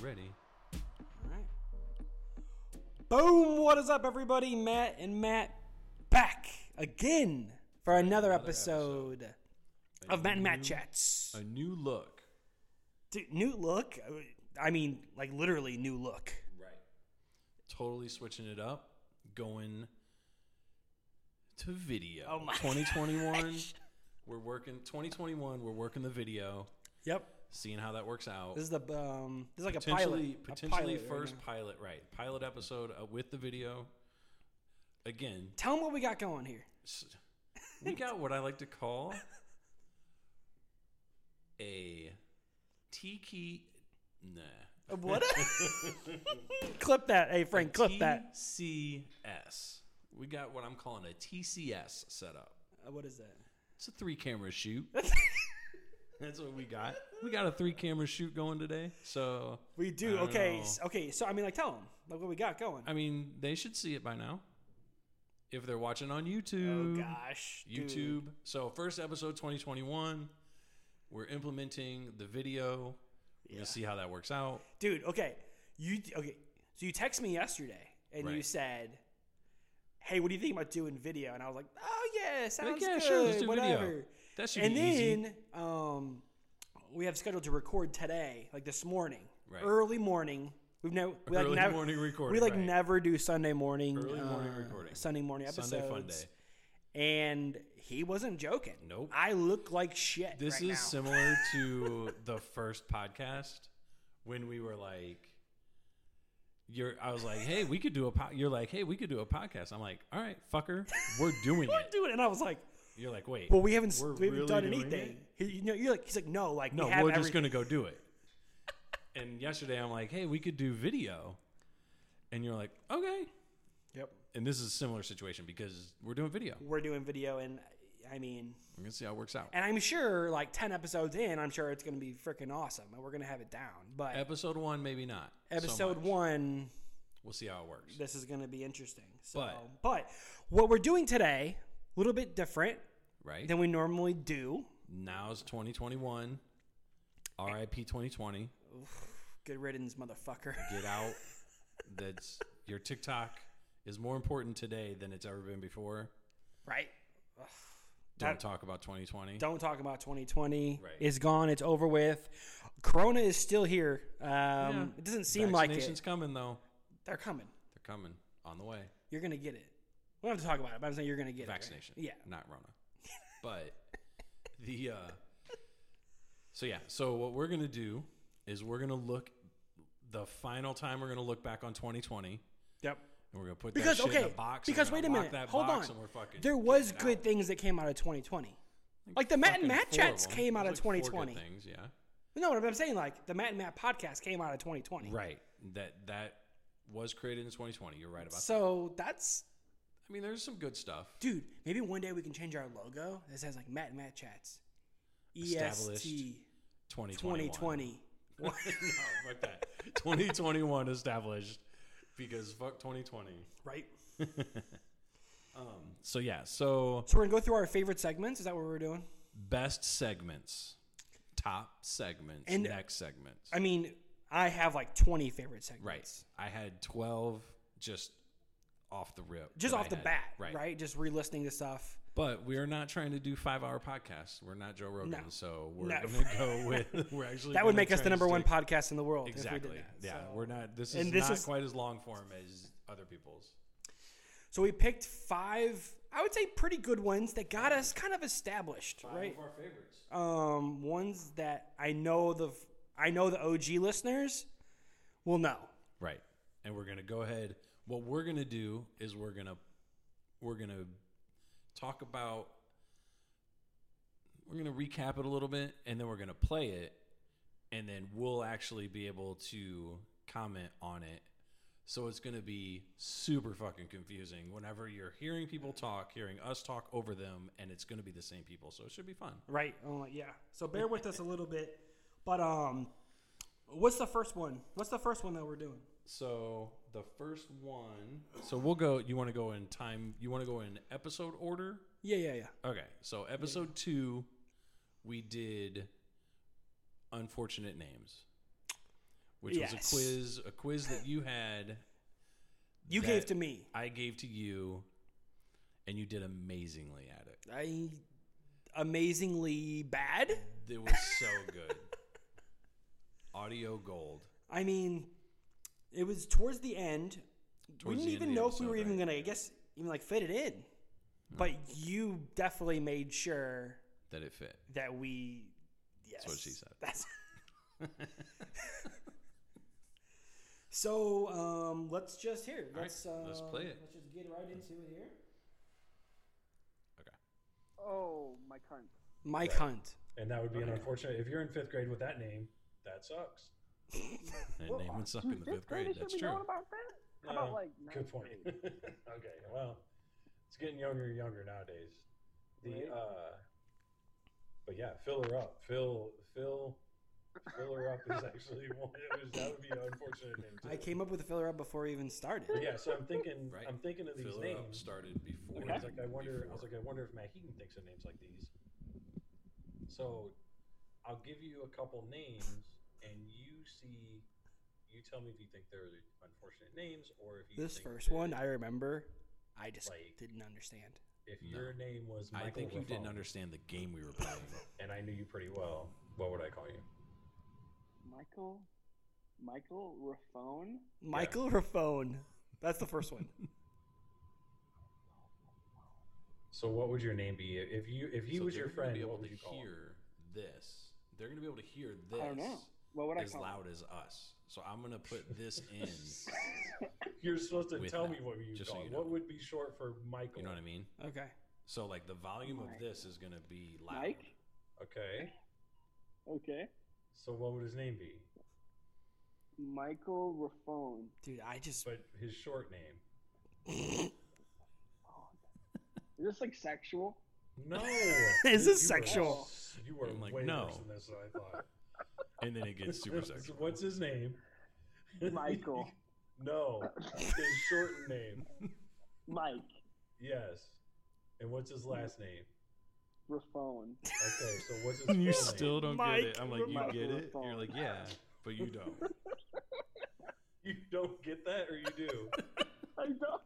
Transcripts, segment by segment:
ready. All right. Boom! What is up, everybody? Matt and Matt back again for another, episode, of Matt and Matt Chats. A new look. Dude, new look. I mean, like literally new look. Right. Totally switching it up. Going to video. Oh my 2021. We're working 2021. We're working the video, Yep. seeing how that works out. This is the um. This is like a potentially, pilot. potentially a pilot right first now. pilot, right? Pilot episode uh, with the video. Again, Tell them what we got going here. s- we got what I like to call a tiki. Nah, Uh, What? clip that, hey Frank. Clip that. TCS. We got what I'm calling a TCS setup. Uh, what is that? It's a three camera shoot. That's what we got. We got a three camera shoot going today. So We I do. don't Okay. know. s- Okay. So I mean, like, tell them like what we got going. I mean, they should see it by now if they're watching on YouTube. Oh gosh, dude. YouTube. So first episode 2021. We're implementing the video. We'll Yeah. see how that works out. dude okay you okay so you text me yesterday and you Right. said hey what do you think about doing video and i was like oh yeah sounds yeah, good sure, let's do video. whatever That should and be then easy. um we have scheduled to record today like this morning Right. early morning we've no we like Early never morning recording, we like right. never do sunday morning Early morning uh, recording. sunday morning episodes Sunday fun day. and he wasn't joking Nope. i look like shit This right is now. similar to the first podcast when we were like, "You're." I was like, "Hey, we could do a." Po-. You're like, "Hey, we could do a podcast." I'm like, "All right, fucker, we're doing it." doing it and i was like You're like, "Wait, Well, we haven't we're we haven't really done doing anything. it? He, you know, you're like he's like no, like No, we have we're just everything. gonna go do it." And yesterday, I'm like, "Hey, we could do video," and you're like, "Okay." Yep, And this is a similar situation because we're doing video. We're we're doing video, and I mean, gonna see how it works out. and I'm sure like ten episodes in, I'm sure it's gonna be freaking awesome, and we're gonna have it down. But Episode one, maybe not. so episode much. one, we'll see how it works. this is gonna be interesting. So, But- but, what we're doing today, a little bit different Right than we normally do. now's 2021. RIP 2020. Good riddance, motherfucker. get out. That's your TikTok is more important today than it's ever been before. right? Don't That- talk about 2020. Don't talk about 2020. Right. It's gone. It's over with. Corona is still here. Um, It doesn't seem like Vaccination's it. coming though. They're coming. They're coming on the way. You're gonna get it. We don't have to talk about it, but I'm saying you're gonna get Vaccination. it. right? Yeah. Not Rona. But the uh So yeah, so what we're going to do is we're going to look the final time we're going to look back on 2020 Yep. and we're going to put Because that shit okay. in a box. and because we're wait a gonna lock minute. That Hold box on. And we're fucking there was getting it good out. things that came out of 2020. Like the Matt and Fucking Matt four of chats them. came out of There's like four good 2020. Things, yeah. no, but I'm saying like the Matt and Matt podcast came out of 2020. Right. That that was created in 2020. You're right about that. So that's I mean, there's some good stuff. dude. Maybe one day we can change our logo that says like Matt and Matt chats. E Established. EST 2021. 2020. no, fuck that. 2021 established because fuck 2020. Right. So yeah, so So we're gonna go through our favorite segments. Is that what we're doing? best segments, top segments, And- next segments. I mean, I have like 20 favorite segments. right. I had 12 just off the rip. Just that off I the had. bat. Right. Right. Right. Just re-listening to stuff. But we're not trying to do five hour podcasts. We're not Joe Rogan. No. So we're No. going to go with, we're actually. That would gonna make us try the to number one stick- podcast in the world. If we Exactly. did that. yeah, So. we're not. This is And this not is- quite as long form as other people's. so we picked five, I would say, pretty good ones that got us kind of established, right? One of our favorites. Um, ones that I know the I know the OG listeners will know. Right. And we're gonna go ahead. What we're gonna do is we're gonna we're gonna talk about. We're gonna recap it a little bit, and then we're gonna play it, and then we'll actually be able to comment on it. So it's gonna be super fucking confusing whenever you're hearing people talk, hearing us talk over them, and it's gonna be the same people. So it should be fun. Right. Oh yeah. So bear with us a little bit. But um what's the first one? What's the first one that we're doing? So the first one. So we'll go. You want to go in time? You want to go in episode order? Yeah, yeah, yeah. Okay. So episode two, we did unfortunate names. which was Yes. a quiz, a quiz that you had, You That- gave to me. I gave to you, and you did amazingly at it. I amazingly bad. It was so good. Audio gold. I mean, it was towards the end. Towards we the end didn't of even the know if we episode, were even right? gonna, I guess, even like fit it in. But you definitely made sure That it fit. that we. Yes, what she said. That's. so um, let's just here. right, Let's um, let's play it. Let's just get right into it here. Okay. Oh, my cunt. Mike Hunt. And that would be an unfortunate. If you're in fifth grade with that name, that sucks. That name would suck in the fifth grade. That's be true. knowing about that? How about Uh, like good ninth point. grade? okay, well, it's getting younger and younger nowadays. The Right. uh, but yeah, fill her up. Fill, fill, fill her up is actually one. It was, that would be an unfortunate name. Too. I came up with the filler up before we even started. But yeah, so I'm thinking. Right. I'm thinking of these Filler up names. started before. Like, I was like, I wonder. I was before. like, I wonder if Matt Heaton thinks of names like these. So, I'll give you a couple names, and you see, you tell me if you think they're unfortunate names or if you This think first that one, I remember. I just Like- didn't understand. If No. your name was Michael I think you didn't Raffone, understand the game we were playing. and I knew you pretty well, what would I call you? Michael, Michael Raffone. Michael Raffone. That's the first one. So what would your name be if you if he So was they're your gonna friend? Be able What would to you call him? hear this. They're going to be able to hear this. I don't know. What would I As call? loud as us. So I'm going to put this in. You're supposed to with tell that, me what you just so call. you him. know. what would be short for Michael? You know what I mean? Okay. So like the volume of Mike. this is going to be him? loud. Mike. Okay. Okay. So what would his name be? Michael Raffone. Dude, I just But his short name. Oh, Is this like sexual? No. Is this You are- sexual? You were I'm like, way no. worse than this. Than I thought. And then it gets super So sexual. What's his name? Michael. no. His short name. Mike Yes. And what's his last name? Raffone. Okay. So what's his? full You name? still don't Mike, get it. I'm like, you Mike get it? You're Raffone. like, yeah, but you don't. You don't get that, or you do? I don't.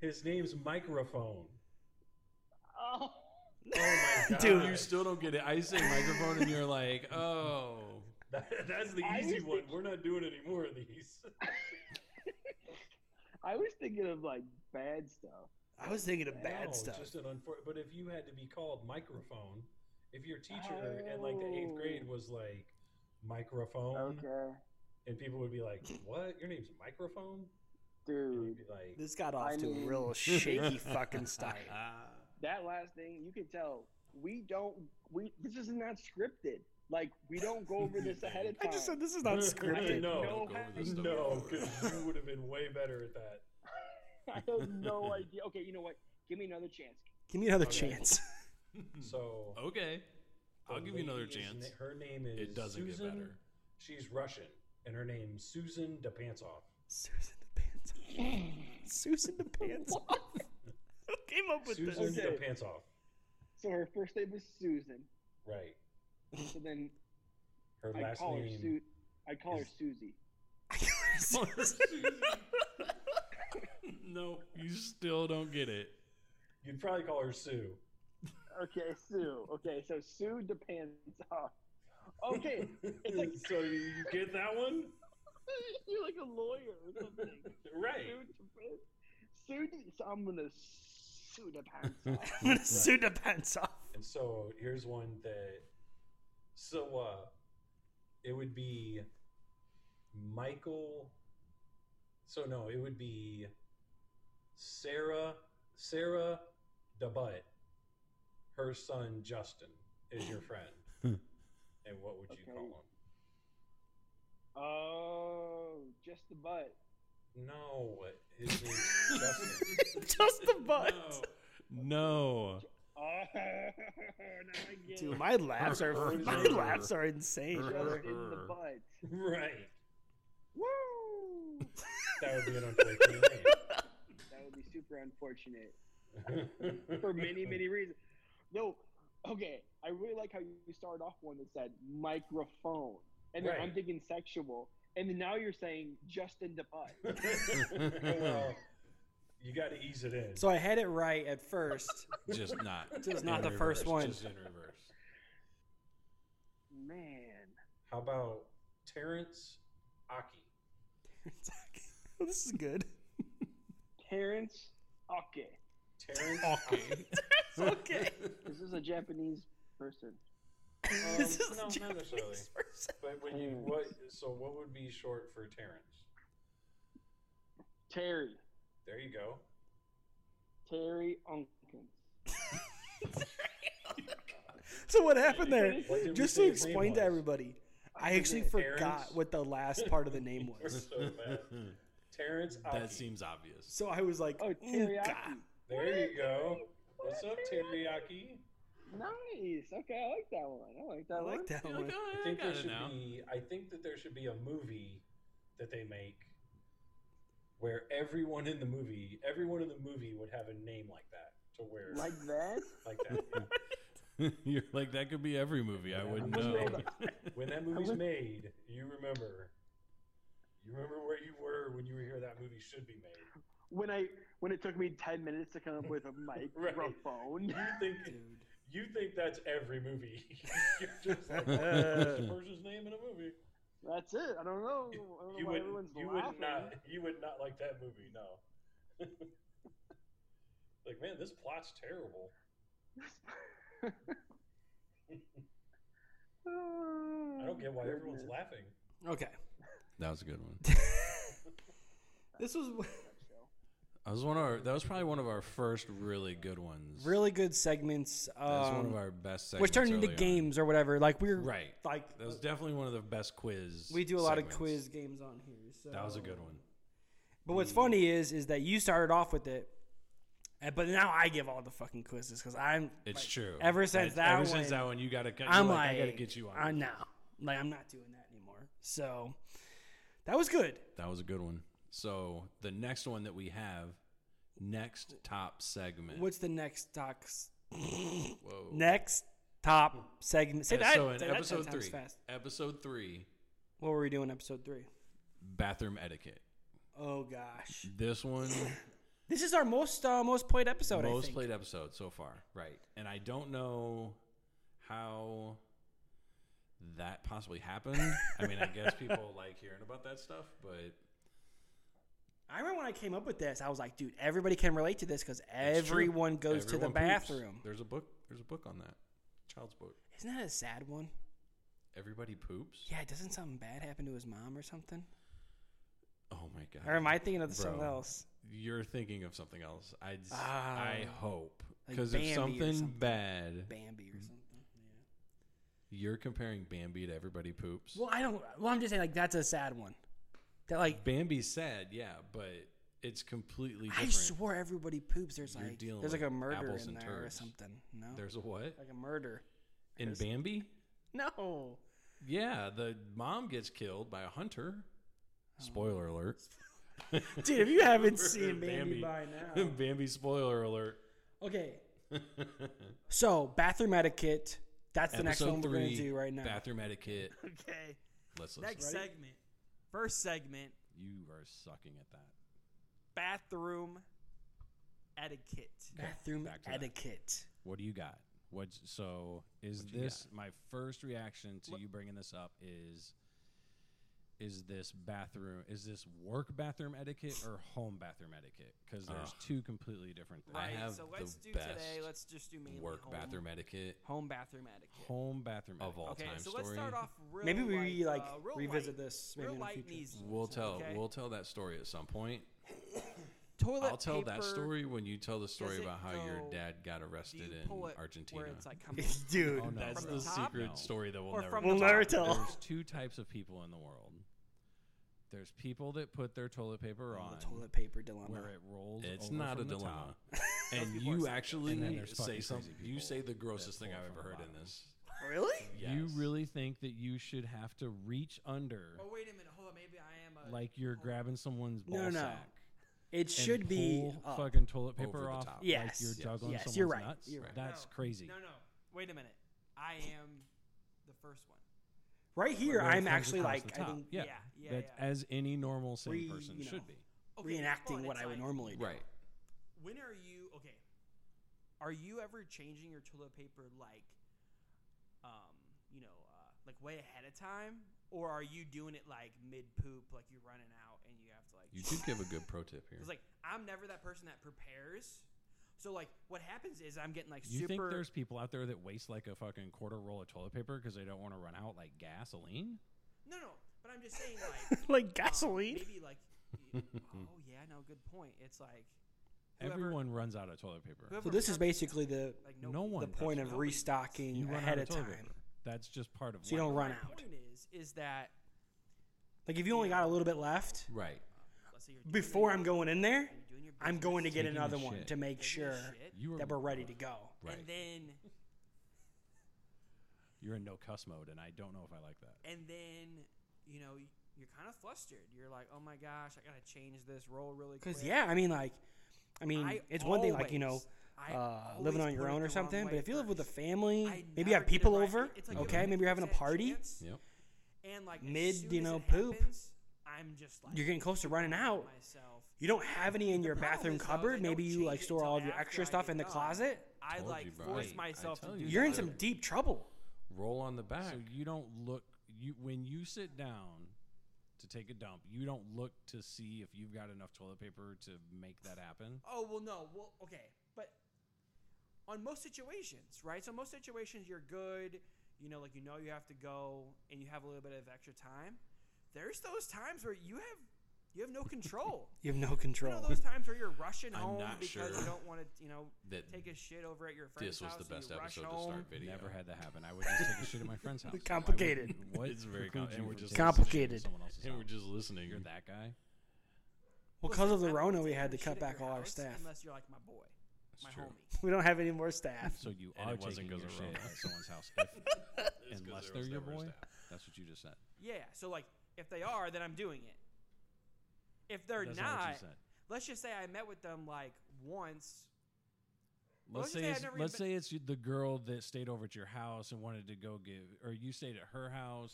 His name's microphone. Oh. Oh my god, Dude. You still don't get it. I say microphone, and you're like, oh. That, that's the I easy was one. thinking- We're not doing any more of these. I was thinking of like bad stuff. I was thinking of bad No, stuff. Just an unfor- But if you had to be called microphone, if your teacher in like the eighth Oh. grade was like microphone, Okay, and people would be like, "What? Your name's microphone?" And you'd dude. be like, This got off I to a mean- real shaky fucking start. That last thing you could tell we don't. We this is not scripted. Like we don't go over this ahead of I time. just said this is not scripted. No, no, Don't go over this stuff no, before. because you would have been way better at that. I have no idea. Okay, you know what? Give me another chance. Give me another Okay. chance. So Okay. Hmm. Oh, I'll the give you another lady is chance. na- her name is. It doesn't Susan. get better. She's Russian, and her name's Susan Depantsoff. Susan the pants. Off. Susan the pants. Off. Who came up with Susan this? Okay. Depantsoff. So her first name was Susan. Right. So then Her I last call her name. Su- I call her is- Susie. no, you still don't get it. You'd probably call her Sue. Okay, Sue. Okay, so Sue depends on. Okay, it's like so you get that one? you're like a lawyer or something. Right. Sue depends. Sue. De- so I'm gonna sue depends I'm gonna sue the pants off. And so here's one that. So uh, it would be Michael. So no, it would be Sarah. Sarah DeButt. Her son Justin is your friend. and what would you Okay. call him? Oh, just the butt. No, his name's Justin. Just the butt. No. Oh, now I get Dude, it. my laughs are my laughs are insane, Just brother. in the butt. Right. Woo! That would be an unfortunate That would be super unfortunate. name. for many, many reasons. No, okay. I really like how you started off one that said microphone. and then Right. I'm thinking sexual, and then now you're saying Justin DeButt. well, you got to ease it in. So I had it right at first. Just not. Just not in the first reverse, one. Just in reverse. Man, How about Terrence Aki? It's like, this is good. Terrence Ake. Terrence Okay. It's okay. This is a Japanese person. Um, this is Hmm. no, the not Japanese necessarily. person. But when you what? So what would be short for Terrence? Terry. There you go. Terry Unkins. So what happened there? What did we Just say to his name explain to was? everybody, I actually it forgot Terrence? what the last part of the name We're was. so bad. Terrence Aki. that seems obvious. So I was like, Oh, oh, teriyaki. God. There you go. What's up, Terry? teriyaki? Nice. Okay, I like that one. I like that I one. like that You're like, one. oh, I I think got there it should now. be. I think that there should be a movie that they make where everyone in the movie, everyone in the movie would have a name like that. To where like, Like that? that. You're like that could be every movie. I wouldn't Hold know. when that movie's made, you remember. You remember where you were when you were here. That movie should be made. When I when it took me ten minutes to come up with a microphone. You think Dude. you think that's every movie. You're just like, "What's this person's name in a movie. That's it. I don't know. I don't know You why would everyone's you laughing. would not you would not like that movie, no. like man, this plot's terrible. I don't get Oh, why everyone's laughing. Okay. That was a good one. This was That was one of our. That was probably one of our first really good ones. really good segments. Um, That was one of our best. which segments turned into early on. games or whatever. Like we we're Right. Like That was definitely one of the best quiz. we do a lot segments. of quiz games on here. So That was a good Mm. one. But what's funny is is that you started off with it, and- but now I give all the fucking quizzes because I'm It's like, true. ever since It's- that ever since one, that one, you gotta. cut- I'm you're like, I gotta get you on. I this. know, like I'm not doing that anymore. So that was good. That was a good one. So the next one that we have, next top segment. What's the next talk? Whoa. Next top segment. Say that. So in say that ten episode times three, fast. episode three, What were we doing? Episode three. bathroom etiquette. Oh gosh, This one, this is our most uh, most played episode. I most think. played episode so far, right? And I don't know how that possibly happened. I mean, I guess people like hearing about that stuff, but I remember when I came up with this, I was like, dude, everybody can relate to this because it's true. everyone goes to the Everyone poops. bathroom. There's a book. There's a book on that. Child's book. Isn't that a sad one? Everybody poops. Yeah, doesn't something bad happen to his mom or something? Oh my god. Or am I thinking of something Bro. else? You're thinking of something else. I Ah. I hope Like because Bambi if or something, something. bad, Bambi or something. you're comparing Bambi to everybody poops. Well, I don't. Well, I'm just saying, like, that's a sad one. That, like, Bambi's sad, yeah, but it's completely I different. swore everybody poops. There's You're like, dealing there's like a with murder apples in and there or turds. something. No, There's a what like a murder. in Bambi? No. Yeah, the mom gets killed by a hunter. Oh. Spoiler alert. Dude, if you haven't Murder seen in Bambi. Bambi, by now. Bambi spoiler alert. Okay. so, bathroom etiquette. That's the next Episode one we're going three, to do right now. Bathroom etiquette. Okay. Let's listen. Next segment. First segment You are sucking at that. bathroom etiquette. Bathroom back to that. etiquette. What do you got? What's so is this my first reaction to you bringing this up is is this bathroom is this work bathroom etiquette or home bathroom etiquette? Cuz there's Ugh. two completely different things. I have the best just do mainly work home- bathroom etiquette home bathroom etiquette. Home bathroom of all time story. real Maybe we like uh, real revisit light- this maybe real in the light and future. easy. We'll tell Okay. we'll tell that story at some point. Toilet I'll tell that paper, story when you tell the story it about how your go- dad got do you arrested pull in it Argentina. Where it's like coming. Dude, Oh, no. That's From the, the top? secret No. story that we'll Or never from we'll the tell. never top. tell. There's two types of people in the world. There's people that put their toilet Oh, paper on The toilet paper dilemma. where it rolls It's over not a from the dilemma. top. and you actually And then there's fucking say crazy something. You people say the that grossest thing pull I've from ever the heard in bottom. this. Really? Yes. You really think that you should have to reach under Oh wait a minute, hold on. Maybe I am a. like you're grabbing someone's ball Oh, No, no. sack It and should be pull up. fucking toilet Over the paper off. top. like Yes. you're Yes. juggling Yes, someone's you're right. nuts. You're right. That's No, crazy. No, no. Wait a minute. I am the first one. Right here, where it I'm comes actually across like the I top. think yeah, yeah, that yeah. as any normal sane Re- person you know. should be. Okay, well, reenacting and what it's I would like, normally do. Right. When are you okay? Are you ever changing your toilet paper like, um, you know, uh, like way ahead of time, or are you doing it like mid poop, like you're running out and you have to like? You did give a good pro tip here. Because like I'm never that person that prepares. So like what happens is I'm getting like You super. think there's people out there that waste like a fucking quarter roll of toilet paper because they don't want to run out like gasoline? no, no. But I'm just saying like like um, gasoline. maybe like. y- oh yeah, no, good point. It's like Whoever- Everyone runs out of toilet paper. whoever. so this is preps- basically the like no nobody- one the does point that. of nobody- You restocking run ahead out of toilet time. paper. That's just part of So you life. don't run My out. point is, is that Like if you only got a little bit left Right. let's say you're doing before your- I'm going in there, you're doing your I'm going to get Taking a another one shit. to make business, sure taking your shit, You that we're ready to go. Right. and then You're in no cuss mode, and I don't know if I like that. and then you know y- you're kind of flustered. You're like, oh my gosh, I gotta change this roll really quick. Because yeah, I mean, like, I mean, I it's one thing like you know, always- I uh, always living on put your it own the or wrong something. way But if you live with a first. family, I maybe you never have did it people right. over. It's like Okay. a maybe you're having a 50% party. chance, Yep. And like Mid, as soon you as know, it poop. happens, I'm just like You're getting close to running out. Myself. You don't have any in The your problem bathroom is, though, cupboard. they don't Maybe you change like it store all of till your after extra I stuff get in the done. cloloset. I Told like you, bro. force Wait, I myself to tell do you, You're in that. some deep trouble. Roll on the back. So you don't look you when you sit down to take a dump, you don't look to see if you've got enough toilet paper to make that happen. Oh well, no. Well, okay, but on most situations, right? So most situations, you're good. You know, like you know you have to go, and you have a little bit of extra time. There's those times where you have you have no control. You have no you control. know those times where you're rushing I'm home not because sure you don't want to, you know, that take a shit over at your friend's this was house. the and best you rush episode to home. start video. Never had that happen. I would just take a shit at my friend's house. Why would- Complicated. What It's very precludes com- you and we're from just taking a shit at Complicated. Someone else's And we're house? just listening. You're that guy. Well, Listen, because of I the don't Rona, we take had a to cut shit at back your all our house staff. Unless you're like my boy, my true. homie. We don't have any more staff. So you And are it wasn't taking your 'cause of shit Rona. at someone's house, if, It's 'cause unless there they're was your never a boy. staff. That's what you just said. Yeah. So like, if they are, then I'm doing it. If they're That's what you not, said. let's just say I met with them like once. Well, Let's let's just say say I've it's, never let's even say it's the girl that stayed over at your house and wanted to go give, or you stayed at her house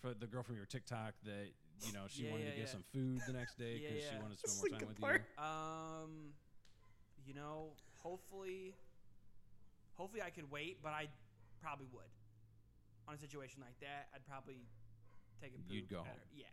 for the girl from your TikTok that you know she Yeah, wanted yeah, to get yeah. some food the next day Yeah, because she yeah. wanted to spend more time with you. Um, you know, hopefully, hopefully I could wait, but I probably would. On a situation like that, I'd probably take a poop. You'd go at home. her- Yeah.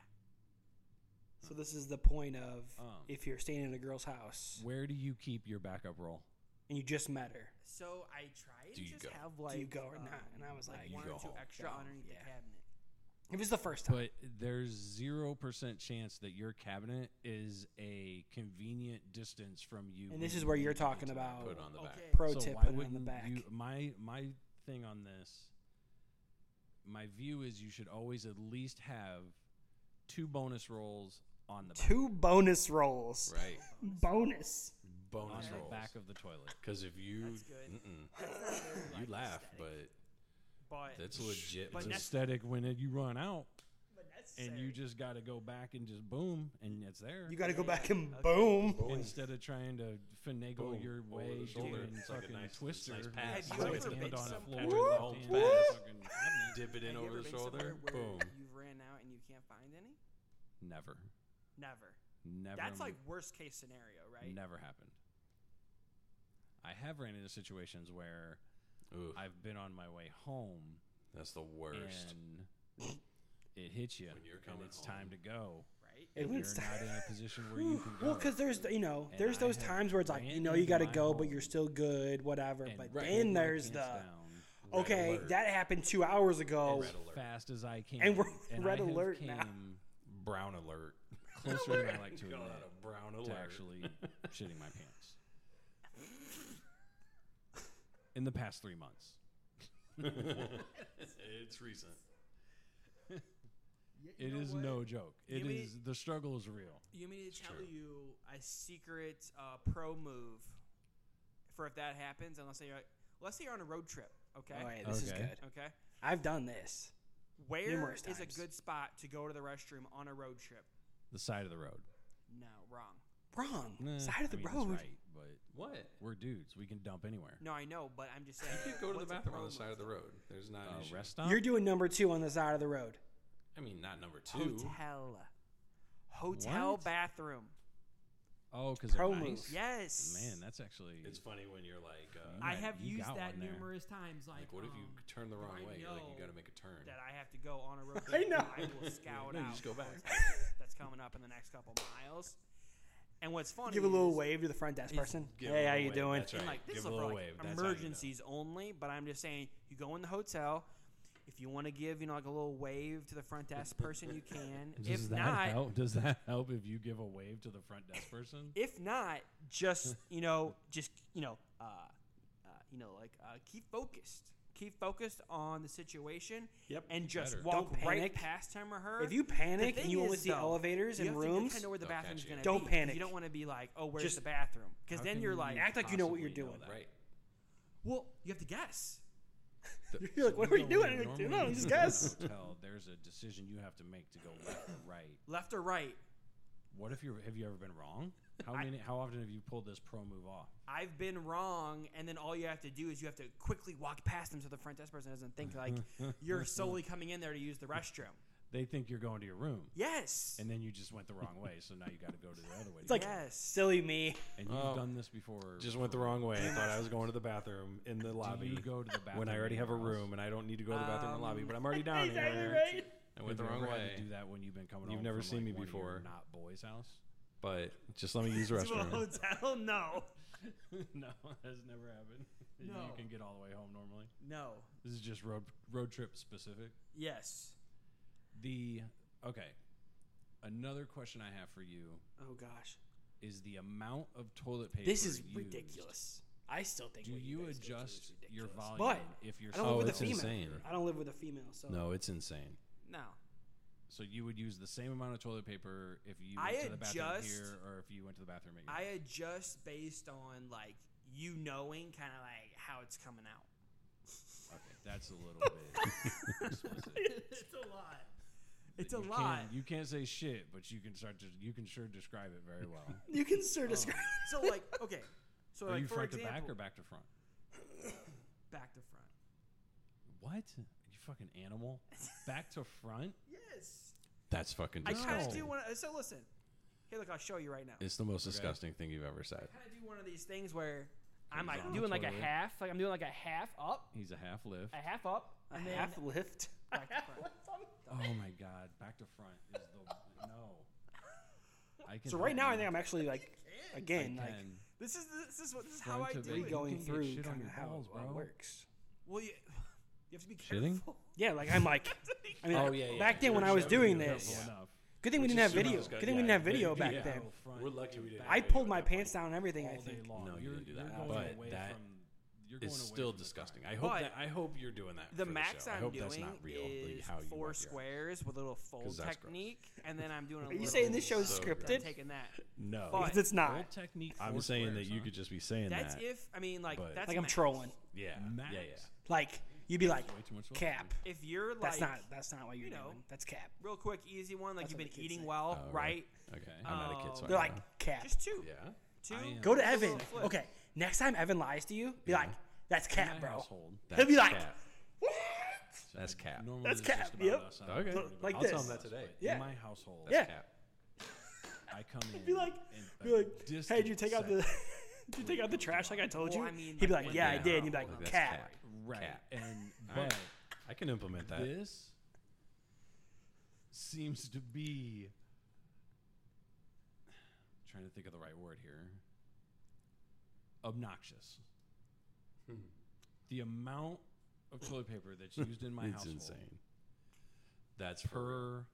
So this is the point of Um, if you're staying in a girl's house Where do you keep your backup roll? and you just met her. So I tried Do to you just go? have like do you go or um, not? And I was like, you one go or two home. extra Go. underneath Yeah. the cabinet. if it's the first time, But there's zero percent chance that your cabinet is a convenient distance from you. and when this is you where need you're to get talking to that about Put on the back. Okay. pro so tip why put it on wouldn't the back. you? My my thing on this, my view is you should always at least have two bonus rolls on the back, Two bonus rolls. Right. Bonus. on Bonus the rolls. back of the toilet. Because if you, That's good. Mm-mm, That's not really, you like, laugh, aesthetic, but but that's legit. But It's business. that's- aesthetic when it, you run out but necessary. and you just got to go back and just boom and it's there. You got to go back and Okay. boom. Instead of trying to finagle Boom. your Over way the shoulder. doing It's like a fucking nice- it's a twister, nice with pass. Have you left ever hand been on a some- floor, Whoop, left hand on a whoop. fucking cabinet. dip it in Have you over ever the been somewhere shoulder. where Boom. You've ran out and you can't find any. Never, Never. never. That's in- like worst case scenario, right? Never happened. I have ran into situations where Ooh, I've been on my way home that's the worst. and it hits you. When you're and coming it's time to go. Right. You're Edwin's not in a position where you Whew. can go. Well, because there's the- you know And there's I those have times where it's like you know ran you got to my go, but home you're still good, whatever. and But pulled then my there's pants the down okay alert. that happened two hours ago. as Red alert. fast as I can, And we're red I have alert came now. Brown alert. Closer than I like to God, admit a brown to alert. actually shitting my pants in the past three months. it's recent. It is no joke. It Give me- is the struggle is real. You mean to tell true. you a secret uh, pro move for if that happens? And let's say you're let's say you're on a road trip. Okay. Oh, yeah, this is Okay. good. Okay. I've done this. Where Numerous is a times. good spot to go to the restroom on a road trip? The side of the road. No, wrong. Wrong Nah, side of the I mean, it's road. right, but What? we're dudes. We can dump anywhere. No, I know, but I'm just saying. You could go to the what's a bathroom on pro the side of the move? road. There's not an Uh, issue. rest stop. You're doing number two on the side of the road. I mean, not number two. Hotel. Hotel What? bathroom. oh, because Pro pro move. nice. Yes. Man, that's actually. It's funny when you're like, uh, I- I have you used got that one there. numerous times. Like, like what if you um, turn the wrong I way? You're like, you know got to make a turn. that I have to go on a road. I trip, know. I will scout No, you out. just go back. hotels That's coming up in the next couple miles. And what's funny? Give a little is, wave to the front desk person. Give Hey, a how little you wave, doing? that's right. and, like this Give is a for little like wave, that's how you know. emergencies only. But I'm just saying, you go in the hotel. If you want to give, you know, like a little wave to the front desk person, you can. Does if that not, help? Does that help if you give a wave to the front desk person? if not, just you know, just you know, uh, uh, you know, like uh, keep focused. Keep focused on the situation. Yep. And just Better. walk Don't right panic. past him or her. If you The panic and thing you only is, see though, elevators you and have to rooms, kinda know where the They'll catch bathroom's you. gonna Don't be. panic. You don't want to be like, oh, where's Just- the bathroom? Because How then can you're you like, act like you know what you're possibly doing. that? Right. well, you have to guess. You're like, what are you Normally- doing? You're like, normally no, when just you're in a guess. Hotel, there's a decision you have to make to go left or right. Left or right? What if you have you ever been wrong? How many? how often have you pulled this pro move off? I've been wrong, and then all you have to do is you have to quickly walk past them so the front desk person doesn't think like you're solely coming in there to use the restroom. They think you're going to your room, Yes. and then you just went the wrong way. So now you got to go to the other way. It's like Yes. silly me. and you've Oh. done this before. Just went the for- wrong way. I thought I was going to the bathroom in the Do lobby. you go to the bathroom when I already have a anywhere else? room and I don't need to go to the bathroom in the lobby, Um, but I'm already down Exactly here. right. I went the Have you wrong ever had way. to do that when you've been coming. You've home never from, seen like, me one of your before. Not boy's house. But just let me use the to a restroom. hotel? No. no, that's never happened. No. You can get all the way home normally. No. This is just road road trip specific. Yes. The okay. Another question I have for you Oh gosh. is the amount of toilet paper. This is used. ridiculous. I still think. Do what you guys go through adjust is your ridiculous. volume But if you're I don't so- Oh, live with a it's female. insane. I don't live with a female, so No, it's insane. No. so you would use the same amount of toilet paper if you went I to the bathroom adjust- here or if you went to the bathroom at your I adjust based on like you knowing kind of like how it's coming out. Okay, that's a little bit explicit. it's a lot. It's a You lot. can't- you can't say shit, but you can start to you can sure describe it very well. you can sort of describe. So like okay. So Oh. Are like you for front example, to back or back to front? back to front. What? You fucking animal. Back to front? Yes. That's fucking I kind of disgusting. do want to. So listen. Here, look, I'll show you right now. It's the most disgusting thing you've ever said. I kind of do one of these things where I'm Comes like on doing like a totally. half, like I'm doing like a half up, He's a half lift. a half up, and then half lift. back to front. Oh my god, back to front is the no. I can So right now, I think help I'm actually like you. again I like can. This is this is what this is how Front I to do back. it. You going can get through shit on kind of your how balls, it all bro. works. Well, you, you have to be Shitting? careful. Yeah, like I'm like. I mean, Oh, yeah, yeah. back then when I was doing this, Careful enough. good thing we didn't is have super video. Good disgusting. thing we didn't Yeah, have video yeah. back Yeah. then. Go front We're lucky we didn't. I pulled my pants down and everything. I all day think. long. No, you you're, didn't do that. You're going But away that from, you're going It's away still from the disgusting. front. I hope But that I hope you're doing that. The for max the show. I I'm hope doing that's not real. like, is how you four wipe your ass. squares with a little fold 'Cause that's gross. technique, and then I'm doing. A Are you little- saying this show's So I'm scripted? taking that. No, But- Because it's not. Old technique. I'm four saying that squares, you huh? could just be saying That's that. if I mean like But- that's Like I'm max. trolling. Yeah, Max. yeah, Like you'd be like, Way too much. cap. If you're like That's not. That's not what you're you know. doing. That's cap. real quick, easy one, like That's what you've been the kids eating say. well, Oh, right? right. Okay, I'm not a kid, so I They're don't like know. cap. Just two, yeah. two. I am- Go to just a little Evan. flip. Okay, next time Evan lies to you, be like, that's cap, My bro. household. He'll be That's like, cap. What? That's cap. Normally That's it's just cap, about yep. us. I don't Okay, know anybody Like else, I'll tell this. him that today. but Yeah. In my household, Yeah. Cap. I come in. Be like, and be a like, hey, distant did you take out the, second did you take out the trash like I told Well, you? I mean, He'd be like, like, yeah, I yeah. did. And He'd be like, Like, that's cap. cap. right? Cap. And All but right. I can implement that. this seems to be trying to think of the right word here. Obnoxious. Hmm. The amount of toilet paper that's used in my it's household insane. That's for real. per.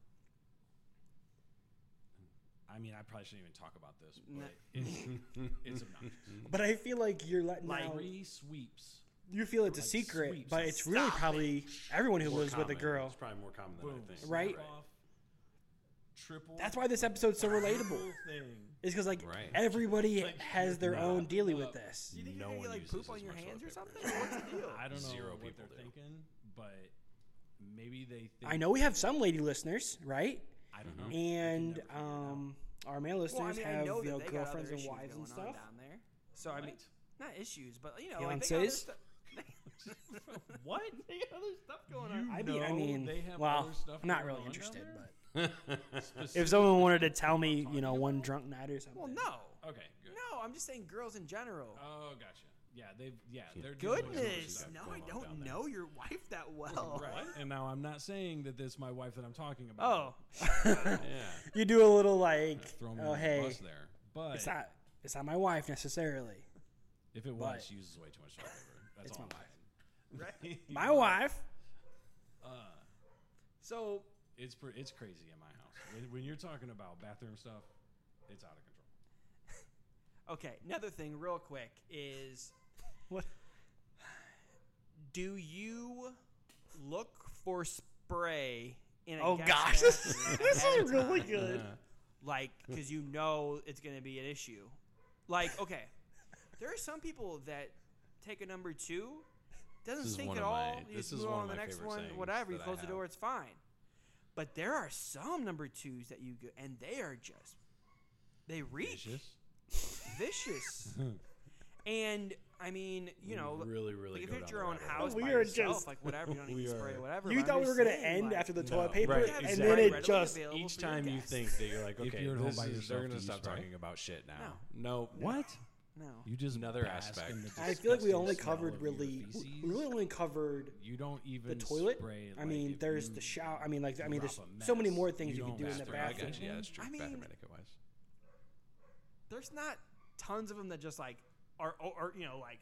I mean, I probably shouldn't even talk about this, but it's, it's obnoxious. But I feel like you're letting Like out. three sweeps. You feel it's a like, secret, sweeps. but it's really probably everyone who More lives with a common. girl. It's probably more common than Boom. I think. snap Right? off, Triple. That's why this episode's so relatable. whole thing. It's because like Right. everybody Like, has their nah. own dealing with this. Do you think No you're gonna one get like uses poop on as your much hands or toilet something? paper. What's the deal? I don't know Zero what people they're do. thinking, but maybe they think. I know we have some lady listeners, right? I don't know. And never figure it out. um, our male Well, I listeners mean, I have know you know that they got other girlfriends and issues wives and going on stuff. down there. So I mean, What? not issues, but you know, You know like, what they got I'm saying? other stuff- what? they got other stuff going on. You I mean, I know mean, they have well, other stuff I'm not going really on down interested. there? But if Specific- someone wanted to tell me, you know, one drunk night or something, Well, no, okay, good. no, I'm just saying girls in general. Oh, gotcha. Yeah, they've yeah they're doing some Goodness, stuff no, going I on down don't there. know your wife that well. Right. And now I'm not saying that this is my wife that I'm talking Oh, about. yeah. you do a little like, Throw me oh under the hey, bus there. But it's not, it's not my wife necessarily. if it was, but- she uses way too much toilet paper. That's It's all. my I'm wife. saying. My wife. so It's pr- it's crazy in my house. When, when you're talking about bathroom stuff, it's out of control. okay, another thing, real quick, is What? do you look for spray in a Oh guest gosh, this, bathroom is- this ahead of is really time? good. like because you know it's going to be an issue. Like, okay, there are some people that take a number two, doesn't This is stink one at of all. my- you this just is move one on of to the my next favorite one, sayings whatever. You that I close the have. door, it's fine. But there are some number twos that you go, and they are just they reek vicious, Vicious. and I mean, you know, really, really like, if go you're at down your the own rabbit house, hole. We by are yourself, just- like whatever, you don't we need to spray, are- whatever. You but thought I'm we were just gonna saying, end like, after the No, toilet paper, right, have and exactly. then it readily just available Each for your time you guests. think that you're like, If okay, you're at home this by is, yourself, they're gonna do you stop spray? talking about shit now. No, What? no, You just Another bask aspect. in I the feel like we disgusting only smell covered of your really, feces. we really only covered You don't even the toilet. Spray, I like, mean, if there's you- the shower. I mean, like, I mean, drop there's a so many mess, more things you you, could don't do in the bathroom. I got bathroom. I bathroom. got you. Yeah, that's true. I mean- bathroom etiquette wise. there's not tons of them that just like are or, or you know like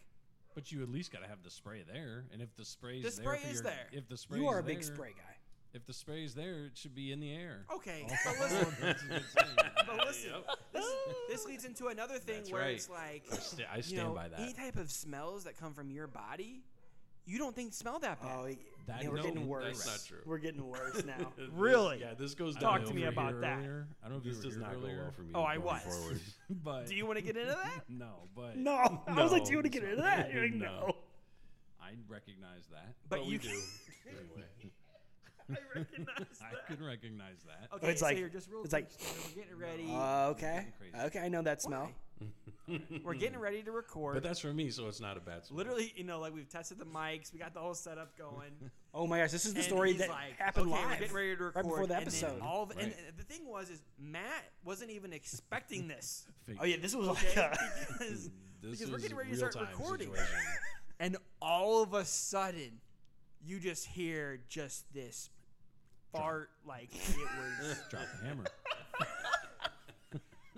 But you at least got to have the spray there, and if the spray's The there, spray for is your- there. If the spray, You are a big there, spray guy. If the spray's there, it should be in the air. okay, All but for all listen, intents and purposes. but listen, this, this leads into another thing That's where right. it's like I, sta- I you stand know by that. any type of smells that come from your body, you don't think smell that bad. Oh, That- yeah, we're no, getting that's worse. not true. We're getting worse now. This- Really? Yeah, this goes. Talk downhill to me from about here. that. I don't know if This you were does here not earlier, go well for me. Oh, I going was. Forward. but Do you want to get into that? no, but no, I was like, do you want to get into that? You're like, No. no. I recognize that. But Well, we you can- do. anyway. I recognize I that. can recognize that. Okay, it's so like- you're just real it's like- quick, so we're getting ready. Uh, okay, crazy. okay, I know that smell. we're mm. getting ready to record. But that's for me, so it's not a bad. Smell. Literally, you know, like we've tested the mics, we got the whole setup going. Oh my gosh, this is the And story he's that like, happened okay, We're live getting ready to record right before the and then episode. all of, and, Right. and the thing was, is Matt wasn't even expecting this. Fig- Oh yeah, this was Okay? like a, because, this because is we're getting ready to real start time recording, Situation. and all of a sudden, you just hear just this fart, like it was, Drop the hammer.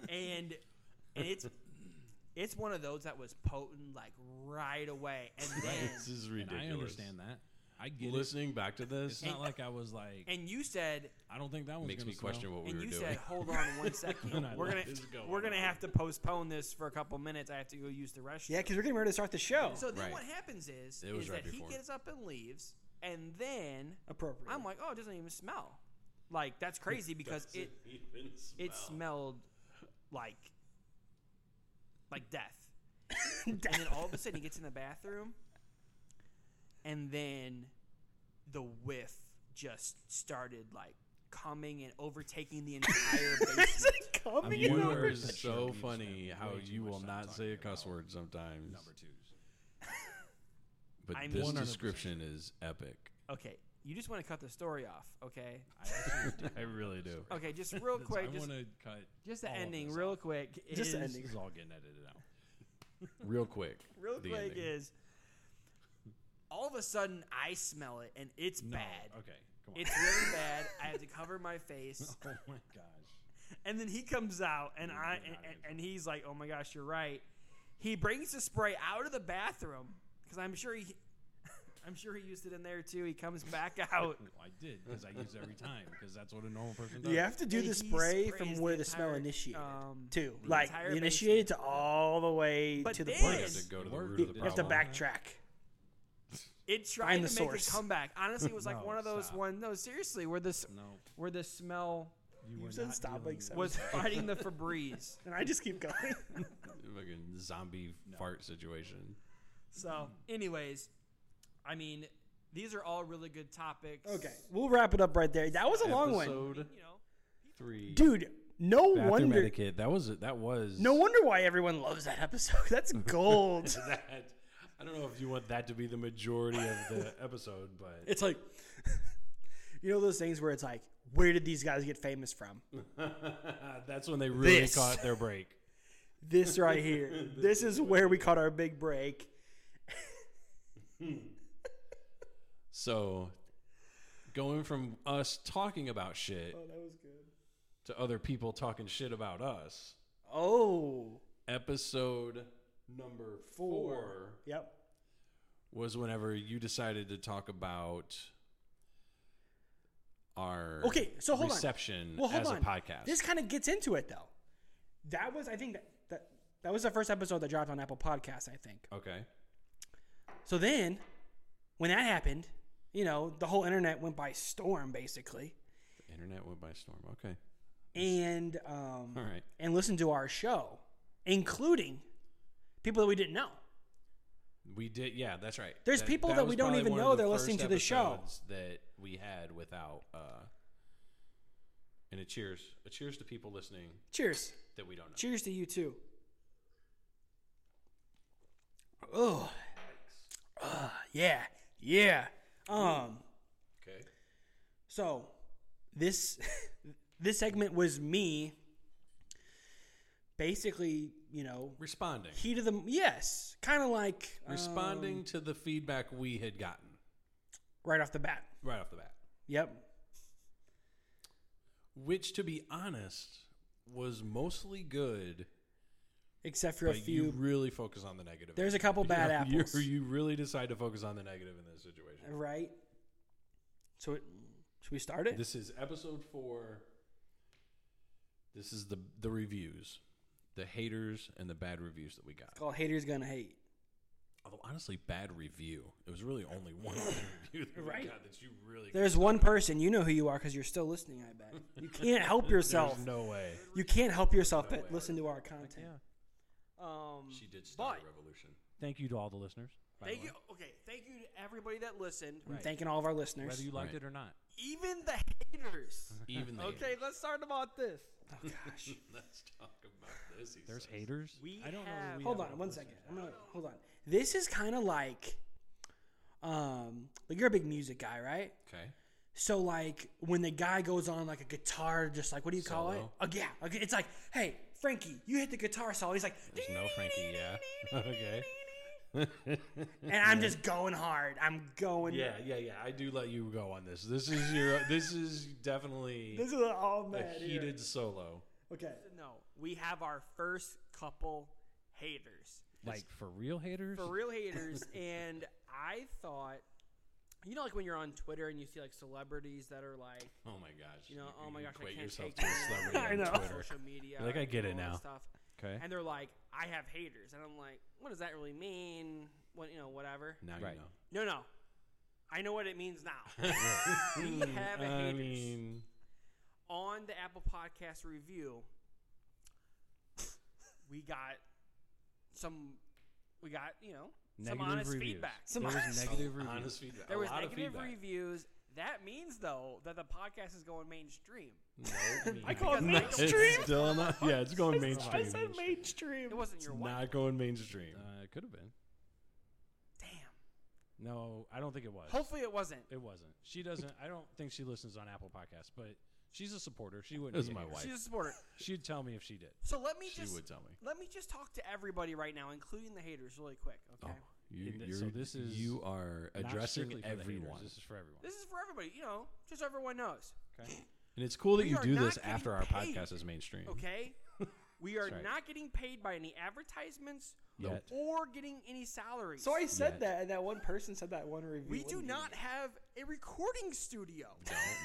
and and it's it's one of those that was potent, like right away, and then this is and ridiculous. I understand that. I get it. Listening back to It's this not like I was like. and you said, I don't think that one's makes gonna me question smell. what we and were you doing. said, hold on one second, I we're let gonna this go we're on. gonna have to postpone this for a couple minutes. I have to go use the restroom. yeah, because we're getting ready to start the show. So then Right. what happens is, It was is right that before. he gets up and leaves, and then Appropriate. I'm like, oh, it doesn't even smell. Like that's crazy because it it smelled like like death. And then all of a sudden he gets in the bathroom, and then the whiff just started like coming and overtaking the entire Is basement. it coming You in know, are over? we're just so sure we've funny spent how way too you much will time not say a talking cuss about word sometimes. number twos. But I'm this 100%. description is epic. Okay, you just want to cut the story off, okay? I, actually I really do. Okay, just real That's- quick, I just want to cut. just the all of ending, this real off. quick. Just the is- This ending. is all getting edited out. Real quick. real the quick ending. is all of a sudden I smell it and it's No. bad. Okay. Come on. It's really bad. I have to cover my face, oh my gosh. and then he comes out, and You're I not and, even and- and he's like, "Oh my gosh, you're right." He brings the spray out of the bathroom because I'm sure he, I'm sure he used it in there too. He comes back out. Well, I did because I use it every time because that's what a normal person does. You have to do And the he spray sprays from where the, smell entire, initiated um, to, the like entire the initiated basement. to all the way But to the then- You have place. to go to the Word. root of the You have to problem. backtrack. It tried Find to the make source. a comeback. Honestly, it was like No, one of those stop. one. No, seriously, where this No, where the smell you, were said not stop, like, dealing- seven- was fighting the Febreze. And I just keep going. Fucking zombie fart situation. So, anyways, I mean, these are all really good topics. okay, we'll wrap it up right there. That was a long one, Episode You know, three. dude. No Bathroom wonder. etiquette. That was that was No wonder why everyone loves that episode. That's gold. that. I don't know if you want that to be the majority of the episode, but it's like, you know, those things where it's like, where did these guys get famous from? that's when they really This. caught their break. This right here. this is where we caught our big break. So, going from us talking about shit Oh, that was good. to other people talking shit about us, Oh, episode number four yep. was whenever you decided to talk about our Okay, so hold on. reception Well, hold Mm, as on. a podcast. This kind of gets into it though. That was, I think that, that that was the first episode that dropped on Apple Podcasts. I think. okay, So then, when that happened, you know, the whole internet went by storm basically, the internet went by storm. Okay, and um, all right. and listened to our show, including people that we didn't know. We did, yeah, that's right. There's people that was we don't probably even one of know the they're first listening to the show. episodes That we had without, uh, and a cheers, a cheers to people listening Cheers. that we don't know. Cheers to you too. Oh, Ah, yeah, yeah. Um. Okay, So this this segment was me basically, you know, responding, heat of the yes, kind of like um, responding to the feedback we had gotten right off the bat. right off the bat, Yep. which, to be honest, was mostly good. Except for a But you few really focus on the negative. There's a couple You bad know, you- apples. You, really decide to focus on the negative in this situation. right. So it, should we start it? This is episode four. This is the the reviews, the haters, and the bad reviews that we got. It's called haters gonna hate. Although honestly, bad review. It was really only one bad review that Right. we got that you really. There's one person you know who you are because you're still listening. I bet you can't help yourself. There's no way. you can't help yourself but listen to our content. Um, She did start a revolution. Thank you to all the listeners. by the Thank way. you. Okay, thank you to everybody that listened, I'm thanking all of our listeners. Whether you liked Right. it or not. even the haters. Even the Okay, let's start about this. oh gosh. Let's talk about this. he There's says. haters. We I don't know. have- if we hold have on enough one listeners. second. I'm gonna hold on. This is kind of like, um, like you're a big music guy, right? Okay. So like when the guy goes on like a guitar, just like what do you call it? Solo. Oh yeah, okay, it's like, hey Frankie, you hit the guitar solo. He's like, There's no Frankie. Yeah. okay. and I'm just going hard. I'm going. Yeah, yeah, yeah. I do let you go on this. This is your. this is definitely This is all a mad. here. heated solo. Okay. No, we have our first couple haters. Like for real haters. For real haters, and I thought, you know, like when you're on Twitter and you see like celebrities that are like, Oh my gosh. you know, oh my gosh, I equate can't yourself take to a this celebrity I on know. Twitter. social media. You're like, I get and it all this now. Stuff. Okay. And they're like, I have haters, and I'm like, what does that really mean? What you know, whatever. Now Right. you know. No, no, I know what it means now. we have a I haters mean, on the Apple Podcast review, we got some. We got you know Negative some honest reviews. feedback. Some there was negative reviews. honest feedback. there a was lot negative of feedback. reviews. That means though that the podcast is going mainstream. I call it mainstream. It's still not. Yeah, it's going mainstream. I said mainstream. It wasn't It's your wife. not going mainstream. Oh, Uh, it could have been. Damn. No, I don't think it was. Hopefully it wasn't. It wasn't. She doesn't. I don't think she listens on Apple Podcasts, but she's a supporter. She wouldn't. This is be a my hater. wife. She's a supporter. She'd tell me if she did. So let me she just would tell me. let me just talk to everybody right now, including the haters, really quick. Okay. Oh, you, And th- you're, so this is you are Not addressing strictly for the haters, everyone, This is for everyone. This is for everybody. You know, just so everyone knows. Okay. and it's cool that We you are do not this getting after our paid. podcast is mainstream. Okay. We are right. not getting paid by any advertisements Nope. or getting any salaries. So I said Yeah. that, and that one person said that one review. we What do did not have a recording studio.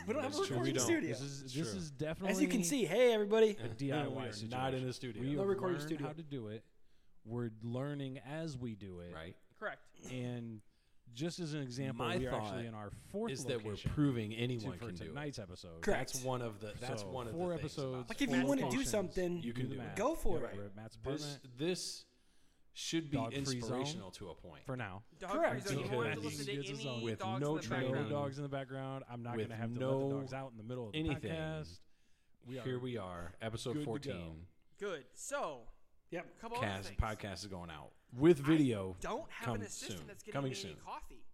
We don't have That's true, a we recording don't. studio. This is It's this true. is definitely As you can see, hey everybody. a DIY. We are situation. not in a studio. We No have recording learned studio. How to do it. We're learning as we do it. Right? Correct. And just as an example, My we are thought actually in our fourth Is that we're location proving to- anyone for can do it. tonight's episode. Correct. That's one of the. That's So one of four the things about episodes. Like, if four you wanna do locations, something, You can the do it. math. Go for Yeah, it. we're at Matt's This apartment this should be Dog-free zone. inspirational to a point. for now. Dog Correct. free zone. You won't have to Because listen to it's his any own- with dogs no in the trail No background. dog. dogs in the background. I'm not With going to have to let no the dogs out in the middle of the anything. podcast. We are Here we are, episode Good to go. 14. Good. So, Yep. a couple other Cast things. podcast is going out with video. Don't have coming an assistant soon. that's getting coming me soon. coffee.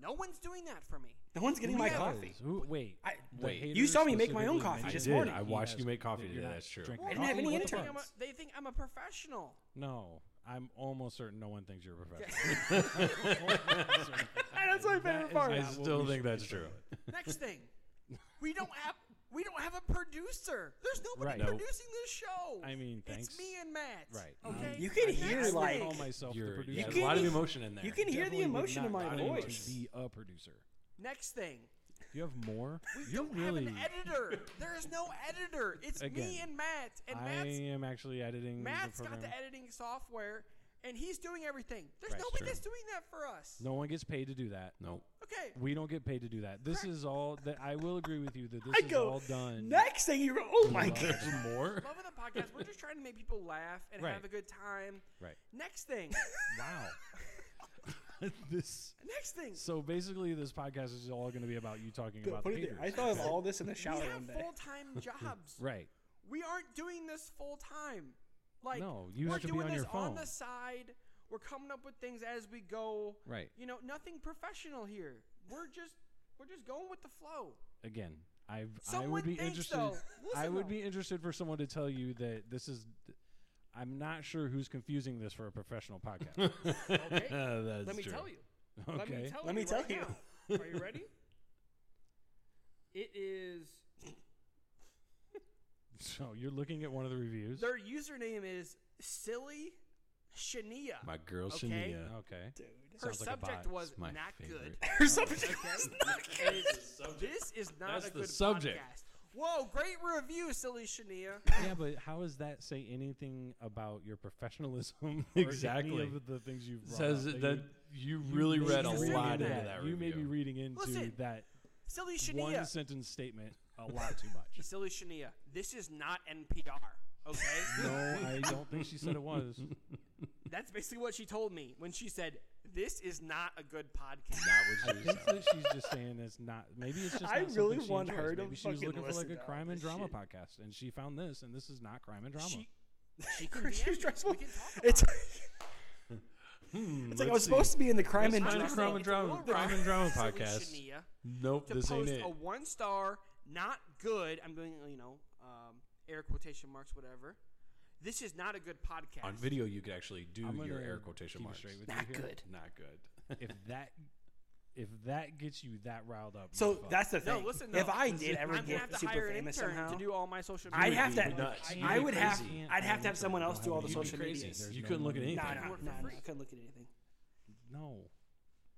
No one's doing that for me. No one's getting Who my knows? coffee. Who, wait, I- the wait. You saw me make my own specifically coffee I mentioned this did. morning. I he watched has- you make coffee that you're today. not That's true. drinking Well, I they didn't have think any I'm a- interns. They think I'm a professional. No, I'm almost certain no one thinks you're a professional. That's my favorite part. I not what still we think should that's be true. Next thing, we don't have we don't have a producer. There's nobody Right. Nope. producing this show. I mean, thanks. It's me and Matt. Right. Um, Mm-hmm. Okay. You could Next hear, I thing. Oh would like- call myself the You're, producer. yeah, You a lot of can- emotion in there. You can hear the Definitely would emotion in not my claim to voice. Be a producer. Next thing, You have more. we You're don't really. have an editor. There is no editor. It's me Again, and Matt, and I Matt's am actually editing. Matt's the got program. the editing software, and he's doing everything. There's Right, nobody true. that's doing that for us. No one gets paid to do that. Nope. Okay. We don't get paid to do that. This is all that I will agree with you that this I is go, all done. Next thing you go, oh my god. There's more. Love of the podcast. We're just trying to make people laugh and Right. have a good time. Right. Next thing. Wow. this. next thing. So basically, this podcast is all going to be about you talking about Put the it there. Patriots. I thought of all this in the We shower have one day. full time jobs. right. We aren't doing this full time. Like No, you we're have to be doing on this your on the phone. side. We're coming up with things as we go. Right. You know, nothing professional here. We're just we're just going with the flow. Again, I've, I Someone would be thinks, interested. though. I Listen, would though. be interested for someone to tell you that this is. I'm not sure who's confusing this for a professional podcast. Okay. That's Let me true. tell you. okay. Let me tell Let me you. tell right you. now. Are you ready? It is So you're looking at one of the reviews. their username is silly Shania. My girl Okay. Shania. uh, Okay. Her sounds like a subject bot. was My not favorite. good. Or something. Okay? It's- this is not That's a the good subject. podcast. Whoa, great review, silly Shania. Yeah, but how does that say anything about your professionalism? or Exactly. any of the things you've brought Says up that, you you- really you read a may be reading lot into reading that. that. You may be review. reading into Listen, that Silly one Shania. sentence statement Oh, a lot too much. silly Shania. This is not NPR. Okay? no, I don't think she said it was. That's basically what she told me when she said, This is not a good podcast. I think that she's just saying it's not. Maybe it's just. I not really something she want enjoys. her to Maybe she was fucking looking for like listen a to all crime and this drama shit. podcast, and she found this, and this is not crime and drama. She, she can She was DM dressed me. well. We can talk about It's it. it's like I was supposed to be in the crime and Let's find a crime drama. and drama, It's a crime and drama silly podcast. Shania. Nope, to this ain't post it. a one star, not good. I'm doing you know um, air quotation marks, whatever. This is not a good podcast. On video, you could actually do I'm your gonna air quotation keep it marks. straight with you Not here. good. Not good. If that, if that gets you that riled up, So you're fucked. that's the thing. No, listen. if though, I this did is- ever I'm gonna get have to hire super an famous intern somehow, to do all my social media, I'd have be to. nuts. I You'd be would have. crazy. I'd have to have someone else do all the You'd be social crazy. media. You couldn't look at money. No, anything. Nah, no, Do no, it for no, free. I couldn't look at anything. No,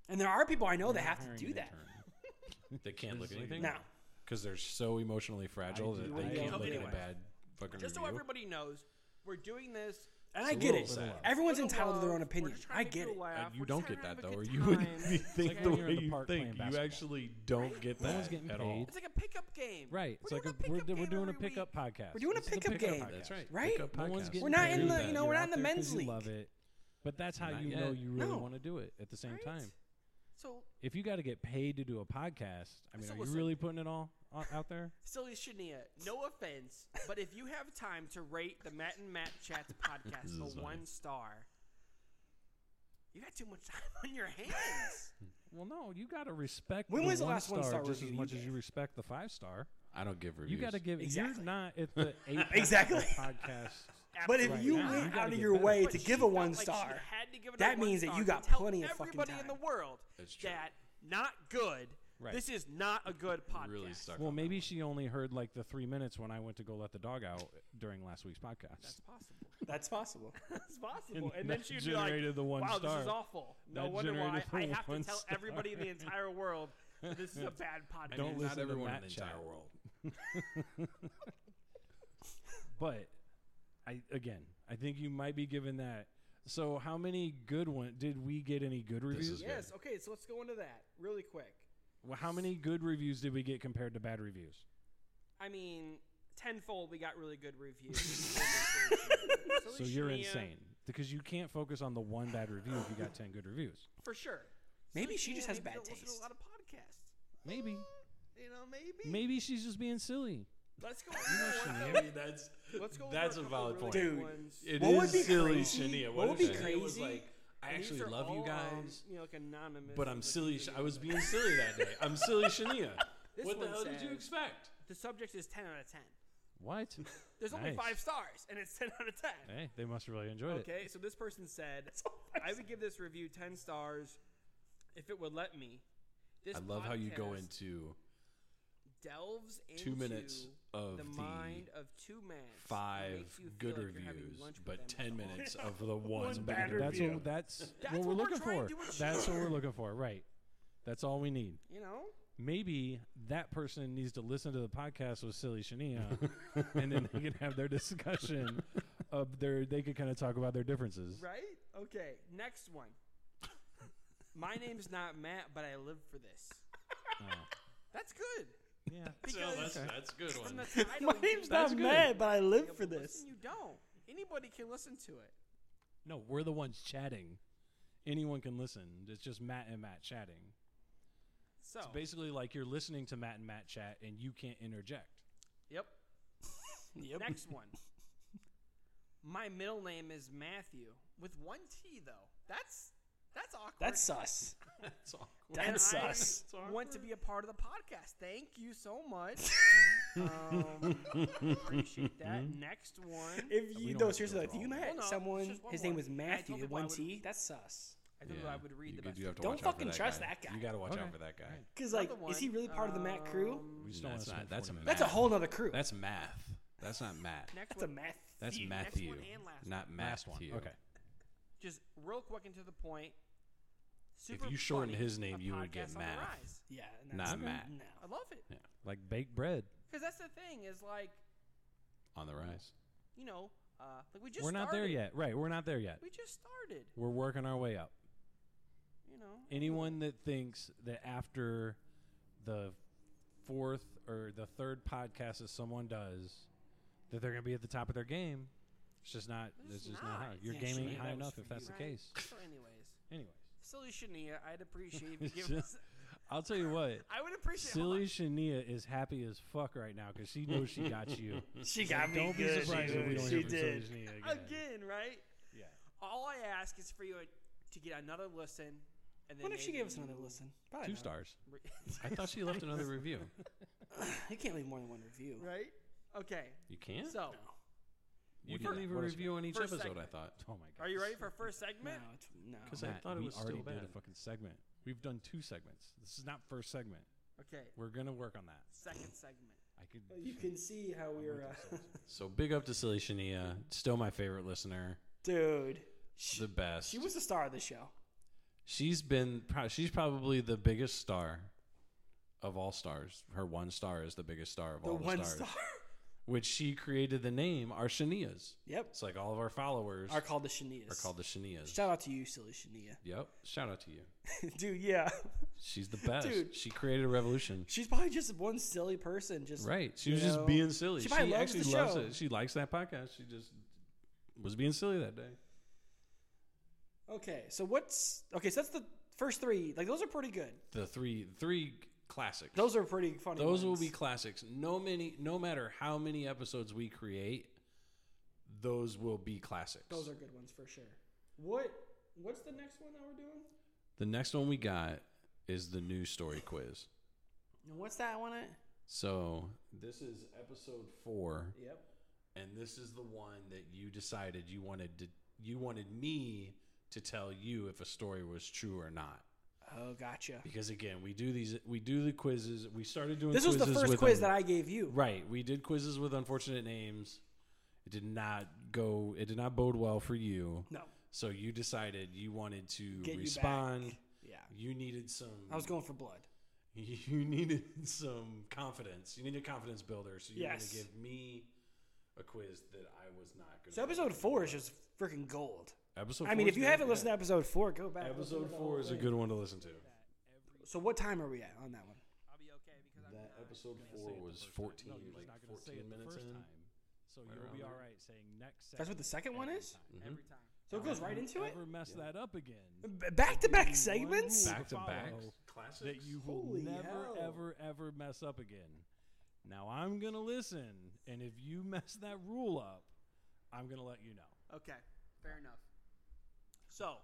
And there are people I know that Not have hiring to do an that. intern. They can't look at Just like- anything. No, because they're so emotionally fragile do that like they that. can't look Anyway. at a bad fucking just so review. everybody knows, we're doing this. and I get we'll it. set it up. Everyone's for the entitled to their love. own We're opinion. just trying I to get make it. people laugh. And you We're don't just get trying that to though, have a or good you wouldn't time. be think like the when you're in way the you park think. playing You basketball. actually don't get that No one's getting at all. paid. It's like a pickup game, Right. We're it's like doing a, we're, d- we're doing a every pickup week. podcast. We're doing a This is the pickup game. podcast. That's right. Right? Pickup No podcast. one's getting We're not paid They in to do do the- that. you know, we're that. You're not out in the there 'cause men's you league. Love it. But that's how Not you know yet. you really No. want to do it at the same Right? time. So If you got to get paid to do a podcast, I mean, So are listen. you really putting it all o- out there? Silly Shania, no offense, but if you have time to rate the Matt and Matt Chats This podcast is a funny. one star, you got too much time on your hands. Well, no, you got to respect When the was the one last star, one-star just as review you much as gave? you respect the five star. I don't give reviews. You got to give. Exactly. You're not at the eight Exactly. podcast. But if Absolutely you not. now, you went gotta out of get your better. way But to she give a felt one like she star, had to give it a that means that one-star you to got tell plenty of fucking everybody in the time. world That's true. that not good. Right. This is not a good podcast. really stuck. Well, on maybe she only heard like the three minutes when I went to go let the dog out during last week's podcast. It's possible. that's possible. It's possible. And, And then that she'd be like, generated the one "Wow, this is star. awful. No That wonder why generated I the have to one tell star. everybody in the entire world that this is a bad that. podcast." I mean, Don't not listen to everyone in Matt the Chat. entire world. But I again, I think you might be given that. So how many good one did we get? Any good reviews? is- Yes. Okay. So let's go into that really quick. Well, how many good reviews did we get compared to bad reviews? I mean, tenfold, we got really good reviews. So Felicia you're Mia, insane because you can't focus on the one bad review if you got ten good reviews. for sure. Maybe she just Felicia Mia has maybe bad don't listen to taste. a lot of podcasts. Maybe, You know, maybe. maybe she's just being silly. Let's go. Maybe that's Let's go. that's a over valid couple point. really good Dude. ones. It What would is be silly, crazy- Shania. what would be if Shania was crazy- like, I And these actually are love you all, um, guys, you know, like anonymous. but I'm like, silly. you know, I was like- being silly that day. I'm silly, Shania. This what the one hell did you says- expect? The subject is 10 out of 10. What? There's only Nice. five stars, and it's 10 out of 10. Hey, they must have really enjoyed it. Okay, so this person said, I would give this review 10 stars if it would let me. This I love how you go podcast into delves into two minutes of the the mind of two men. and five makes you feel good like you're having reviews, lunch with but them at ten the minutes of the one bad That's review. what that's, That's what we're what we're looking trying for. to achieve. That's what we're looking for. Right. That's all we need. bar. You know? Maybe that person needs to listen to the podcast with Silly Shania, and then they can have their discussion of their. They could kind of talk about their differences. Right? Okay, next one. My name's not Matt, but I live for this. That's good. Yeah. No, Because Oh. that's, that's a good from one. the title, My you name's know- not Matt, but I Yeah, live for but this. listen, You don't. Anybody can listen to it. No, we're the ones chatting. Anyone can listen. It's just Matt and Matt chatting. So It's basically like you're listening to Matt and Matt chat, and you can't interject. Yep. Yep. Next one. My middle name is Matthew with one T though. That's that's awkward. That's sus. That's awkward. And That's I sus. Want to be a part of the podcast? Thank you so much. um, appreciate that. Next one. Mm-hmm. If you don't no, have to seriously, go if you through all met Well, no, it's someone, just one his name more. was I told Matthew, people I one would- T. That's sus. I don't know. I would read you, the could- best. you have to Don't watch out for fucking trust that guy. You got to watch Okay. out for that guy. Because like, Another is he one. really part of the Matt crew? Um, We just don't That's wanna not. spend That's a 40 That's a math. whole nother crew. That's math. That's not math. Next That's a one. Math. That's Matthew. Next Matthew, one and last one. not Last one. Matthew. Okay. Just real quick and to the point. Super you shortened funny, his name, a you would get podcast on the Math. rise. Yeah, Not that's- Matt. No. I love it Like baked bread. because that's the thing is like On the rise. you know uh, like we just we're not there started. yet. Right. We're not there yet. We just started. We're working our way up. You know, Anyone that thinks that after the fourth or the third podcast that someone does, that they're going to be at the top of their game, it's just not. It's It's just not. not. How, your Yeah, game sure, ain't that high was enough for if that's you. the case. So, anyways, Anyways, silly Shania, I'd appreciate if It's you give just- us. I'll tell you what. I would appreciate. hold Silly on. Shania is happy as fuck right now because she knows she got you. She got me don't be good. surprised if we don't she hear from Silly did. Shania again. again, right? Yeah. All I ask is for you to get another listen. And then What if she maybe gave us you- another listen? Probably Two not. stars. I thought she left another review. You can't leave more than one review. right? Okay. You can't. So, you What can is- leave a what is- review on each First episode. segment. I thought. Oh my god. are you ready for our first No, segment? it's, no. 'Cause I Matt, thought it we was already still did a bad. fucking segment. We've done two segments. This is not first segment. Okay. We're gonna work on that. Second segment. I could. You can see how we're, uh, So big up to Silly Shania. Still my favorite listener. dude. She, The best. she was the star of the show. She's been. pro- She's probably the biggest star of all stars. Her one star is the biggest star of The all the one stars. star. Which she created the name our Shanias. yep. It's like all of our followers Are called the Shanias. are called the Shanias. Shout out to you, silly Shania. Yep. Shout out to you. dude, yeah. She's the best. Dude. She created a revolution. She's probably just one silly person. Just Right. She you was know? just being silly. She She, probably loves actually the loves show. it. She likes that podcast. She just was being silly that day. Okay, so what's okay? So that's the first three. Like those are pretty good. The three three classics. Those are pretty funny. Those will ones. be classics. No many no matter how many episodes we create, those will be classics. Those are good ones for sure. What What's the next one that we're doing? the next one we got is the news story quiz. And what's that one? At? So this is episode four. Yep. and this is the one that you decided you wanted to you wanted me to tell you if a story was true or not Oh, gotcha. because again we do these we do the quizzes we started doing This was the quizzes first with quiz un- that I gave you. right we did quizzes with unfortunate names it did not go it did not bode well for you No. so you decided you wanted to Get you respond back. Yeah. you needed some I was going for blood. you needed some confidence you needed a confidence builder so you Yes. were going to give me a quiz that I was not going to So episode four is just freaking gold. Episode. I mean, four if is you good, haven't yeah. listened to episode four, go back. episode four is a good one to listen to. So what time are we at on that one? I'll be okay because I'm That not- episode Can't four say it the was first time. fourteen, No, you're just like not gonna say fourteen it the minutes first in. time. Right So you'll around be all there. Mm-hmm. right saying next. That's what the second one every is? time. every time. So it goes right into it. Never mess that up again. B- Back-to-back segments. Back Back to back follow classics. that you will Holy never hell. ever ever mess up again. Now I'm gonna listen, and if you mess that rule up, I'm gonna let you know. Okay, fair enough. So,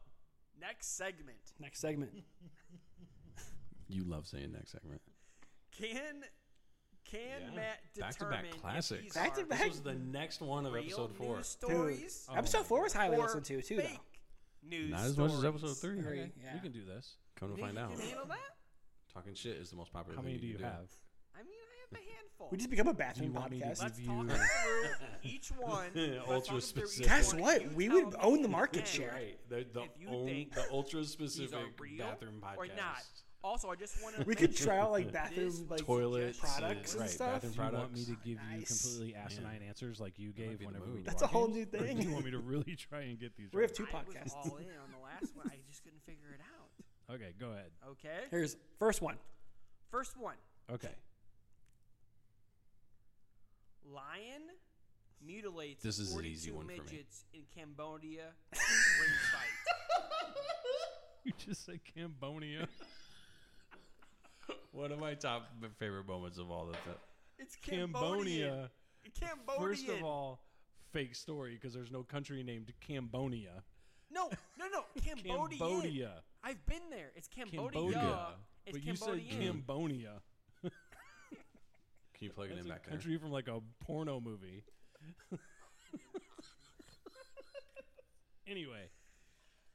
next segment. Next segment. You love saying next segment. Can can Yeah. Matt Back-to-back determine classics. if these Back to are back This was the next one of real episode four. news stories Oh my episode four was highly or listened to too, fake though. news? Not as much as stories? episode three. Three, Okay, yeah. we can do this. Come to You find think out, you can handle that? talking shit is the most popular. How thing many do you can have? I mean, I have a handful. We just become a bathroom want me to podcast. give Let's you- talk through each one. Let's Ultra talk through each specific. one. Guess what? You We tell would me own the if market they share. Right, the the, If you own, think the ultra These specific are real bathroom podcast or not. Also, I just want to. We could try out like This bathroom like toilets, uh, products and right, stuff. bathroom Do you want products. me to give you Nice. completely asinine answers like you might gave be the whenever move. we That's a walked whole in? new Or do thing. you want me to really try and get these? We have right? two I was podcasts. all in on the last one. I just couldn't figure it out. Okay, go ahead. Okay. Here's first one. First one: Okay, lion mutilates This is an 42 easy one for me. midgets in Cambodia ring fight. you just said Cambodia. One of my top favorite moments of all the. Th- It's Cambodia. Cambodia. Cambodian. First of all, fake story because there's no country named Cambodia. no, no, no, Cambodian. Cambodia. I've been there. It's Cambodia. Cambodia. It's But you Cambodian. said Cambodia. Can you plug it That's in a back there? country from like a porno movie. anyway,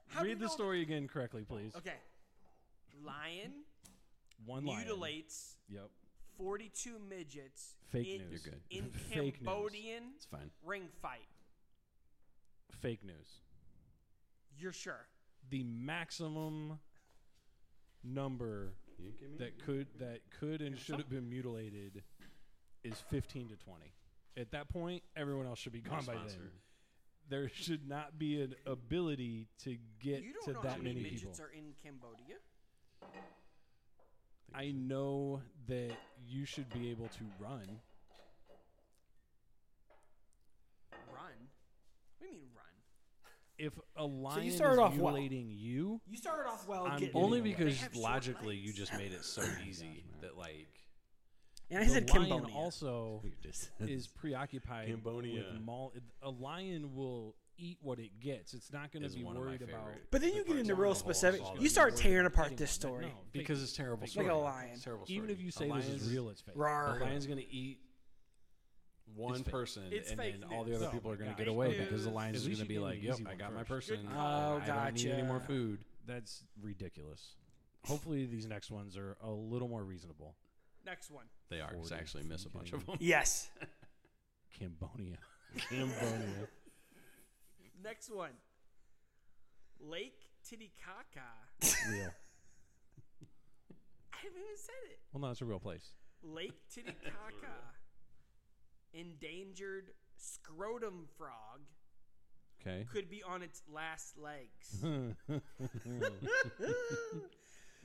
How do you read the know- story again correctly, please. Okay. Lion One line. mutilates Yep. 42 midgets Fake in, news. You're good. in Fake news. Cambodian It's fine. ring fight. Fake news. You're sure? The maximum number You give me- that could that could and should have been mutilated is 15 to 20. At that point, everyone else should be gone by then. Sponsor. There should not be an ability to get You don't to know how that many many people. midgets are in Cambodia. I know that you should be able to run. Run. What do you mean run? If a lion is started off well. mutilating you, You started off well. I'm getting- Only They because have short logically legs. you just made it so easy that like and I the said lion Cambodia. also is is preoccupied Cambodia. with mall. A lion will eat what it gets. It's not going to Is be one of my worried about. favorite. but then you the get parts into of real the whole specific. solid You start word. tearing apart Anyone. this story. No, fake because news. it's terrible. Like a story. lion. It's terrible. even story. if you A say this is lion's- real, it's fake. a Rawr. lion's gonna eat one fake. person, It's and fake then all the news. other Oh people my are gonna God. get away Fake because the news. lion's At just least gonna you be gave like, the "Yep, easy I one got my first. person. Good I call. Oh, don't need any more gotcha. food." That's ridiculous. Hopefully, these next ones are a little more reasonable. Next one. They are 'cause I actually miss a bunch of them. Yes. Cambodia. Cambodia. Next one. Lake Titicaca. real. I haven't even said it. Well, no, it's a real place. Lake Titicaca. Endangered scrotum frog Okay. could be on its last legs.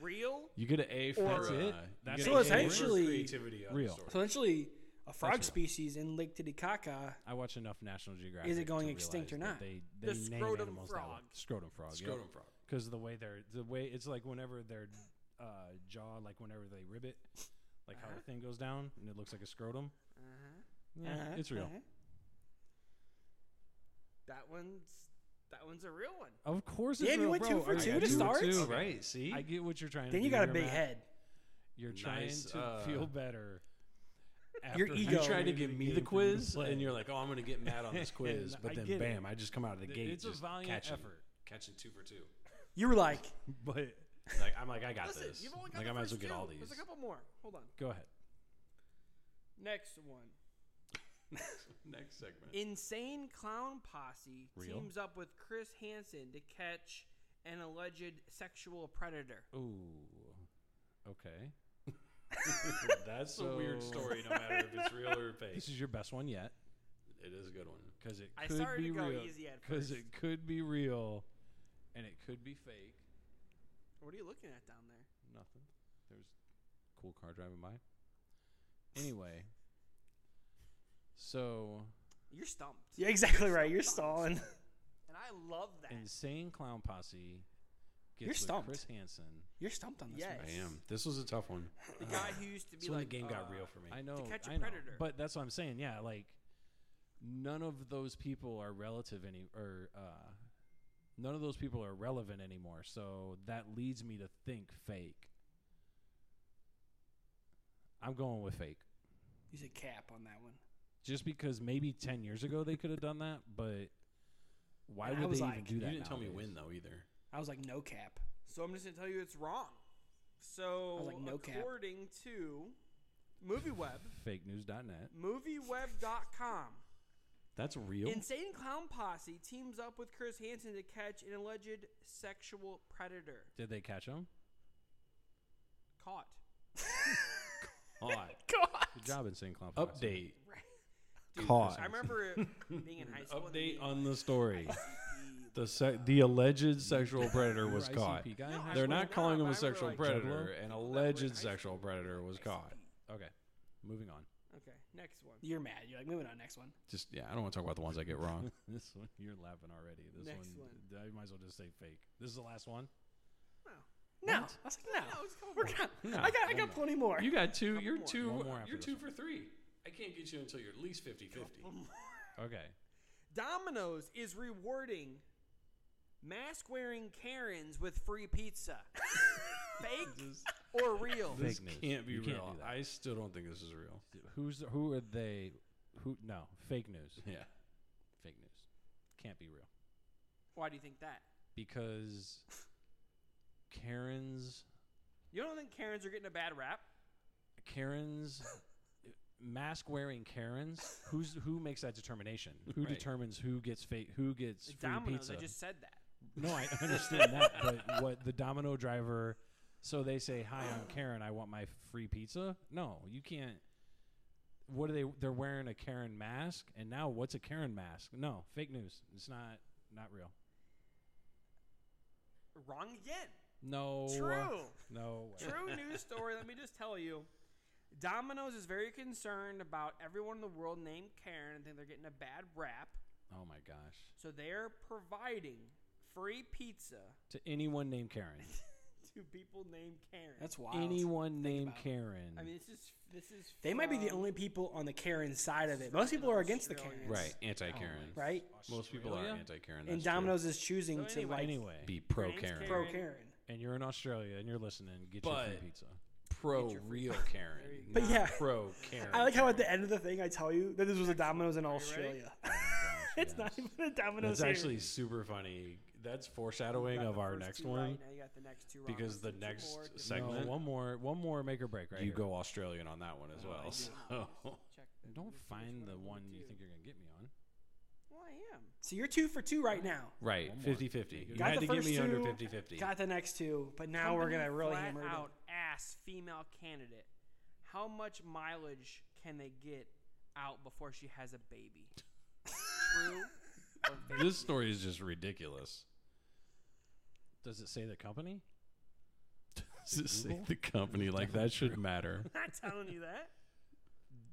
Real you get an A for That's uh, it? you That's get So an it's A for- actually- creativity on the Real. story. So essentially, a frog That's right. species in Lake Titicaca. I watch enough National Geographic. Is it going to extinct or realize that not? They, The they name scrotum animals that way. frog. Scrotum frog. Scrotum frog. Because the way they're the way it's like whenever their uh, jaw, like whenever they rib it, like Uh-huh. how the thing goes down and it looks like a scrotum. Uh-huh. Uh-huh, it's real. uh-huh. That one's that one's a real one. Of course, it's Yeah, you real, went two bro. for I two got to you. start? Two, Okay. right? See, I get what you're trying. Then to you do got a here, big Matt. head. You're trying Nice, to uh, feel better. after Your ego. you having tried to a give me game the for you to quiz, play. and you're like, "Oh, I'm gonna get mad on this quiz," And but I then get it. bam, I just come out of the Th- gate. it's a just valiant catching, effort. catching two for two. You were like, but Like I'm like, I got Listen, this. you've only got like the I might as well first get two. all these. There's a couple more. Hold on. go ahead. Next one. Next segment. Insane clown posse Real? teams up with Chris Hansen to catch an alleged sexual predator. Ooh. Okay. That's So- a weird story, no matter if it's real or fake. This is your best one yet It is a good one. because it I could started be to go real. easy at Because first. it could be real, and it could be fake. What are you looking at down there? Nothing. There's a cool car driving by. Anyway. So You're stumped. "You're exactly right. You're stalling." And I love that. insane clown posse gets You're with stumped. Chris Hansen. You're stumped on this Yes. one. I am. This was a tough one. The guy who used to be It's when like the game got uh, real for me. "Ah, I know. Catch a I know. Predator. But that's what I'm saying. Yeah, like none of those people are relative any or uh, none of those people are relevant anymore. So that leads me to think fake. I'm going with fake. You said cap on that one. Just because maybe 10 years ago they could have done that, but why I would was they even like- do You that? didn't tell me nowadays? when though either. I was like, no cap. So I'm just gonna tell you it's wrong. So like, no cap. according to MovieWeb, fakenews.net. MovieWeb.com, That's real. Insane Clown Posse teams up with Chris Hansen to catch an alleged sexual predator. Did they catch him? Caught. Hot. God. Good job in St. Cloud. Update. Dude, Caught. I remember it being in high school. and Update they- on the story. ICP. The se- the alleged sexual predator was caught. Guy No, in high They're school? I swear not to calling God, him a but I sexual remember, like, predator. An people that were in alleged high school sexual were like, predator was ICP. caught. Okay, moving on. Okay, next one. You're mad. You're like, moving on next one. Just yeah, I don't want to talk about the ones I get wrong. This one you're laughing already. This Next one, one. d- I might as well just say fake. This is the last one. No. I was like, no. No, it's cool. We're done. I got, I got plenty more. You got two. You're more. two. One more after You're this two for three. I can't get you until you're at least 50-50. Okay, Domino's is rewarding mask wearing Karens with free pizza. Fake or real? This Fake news. can't be You can't real. do that. I still don't think this is real. who's who are they? Who? No, fake news. Yeah. fake news. Can't be real Why do you think that? because Karens, You don't think Karens are getting a bad rap? Karens, mask wearing Karens. Who's who makes that determination? Who Right. determines who gets fake? Who gets free Domino's, pizza? I just said that. No, I understand that, but what the domino driver? So they say, "Hi, I'm Karen. I want my free pizza." No, you can't. What are they? They're wearing a Karen mask, and now what's a Karen mask? No, fake news. It's not not real. Wrong again. No, True. No, way. True news story. Let me just tell you. Domino's is very concerned about everyone in the world named Karen and think they're getting a bad rap. Oh my gosh! So they're providing free pizza To anyone named Karen, to people named Karen. That's wild. anyone named about it. Karen. I mean, this is this is. They might be the from- only people on the Karen side of it. Most people are against the Karen. Australia. Right. Anti Karen. Oh Right? Most people are Australia? anti Karen. and Domino's is choosing So to anyway- like anyway, be pro Frank's Karen. pro Karen. Karen. and you're in Australia and you're listening. Get your But- free pizza. Pro real Karen. But not yeah. pro Karen. I like how at the end of the thing I tell you that this was a Domino's in Australia. it's not even a Domino's. That's here. actually super funny. That's foreshadowing Got of the our first next two one right, now you got the next two wrong. because That's the two next more, just No, segment one more, one more make or break. Right, you here. Oh, go Australian on that one as well. So check the- Don't which find one the I'm gonna one you do. think you're gonna get me on. Well, I am. so you're two for two right now. right, One more. 50-50. You Got had to the get first me under two, 50-50. Got the next two, but now we're Company gonna really flat hammer it. in. out ass female candidate. How much mileage can they get out before she has a baby? True. or fake? This story is just ridiculous. Does it say the company? To say the company like that should matter. I'm not telling you that.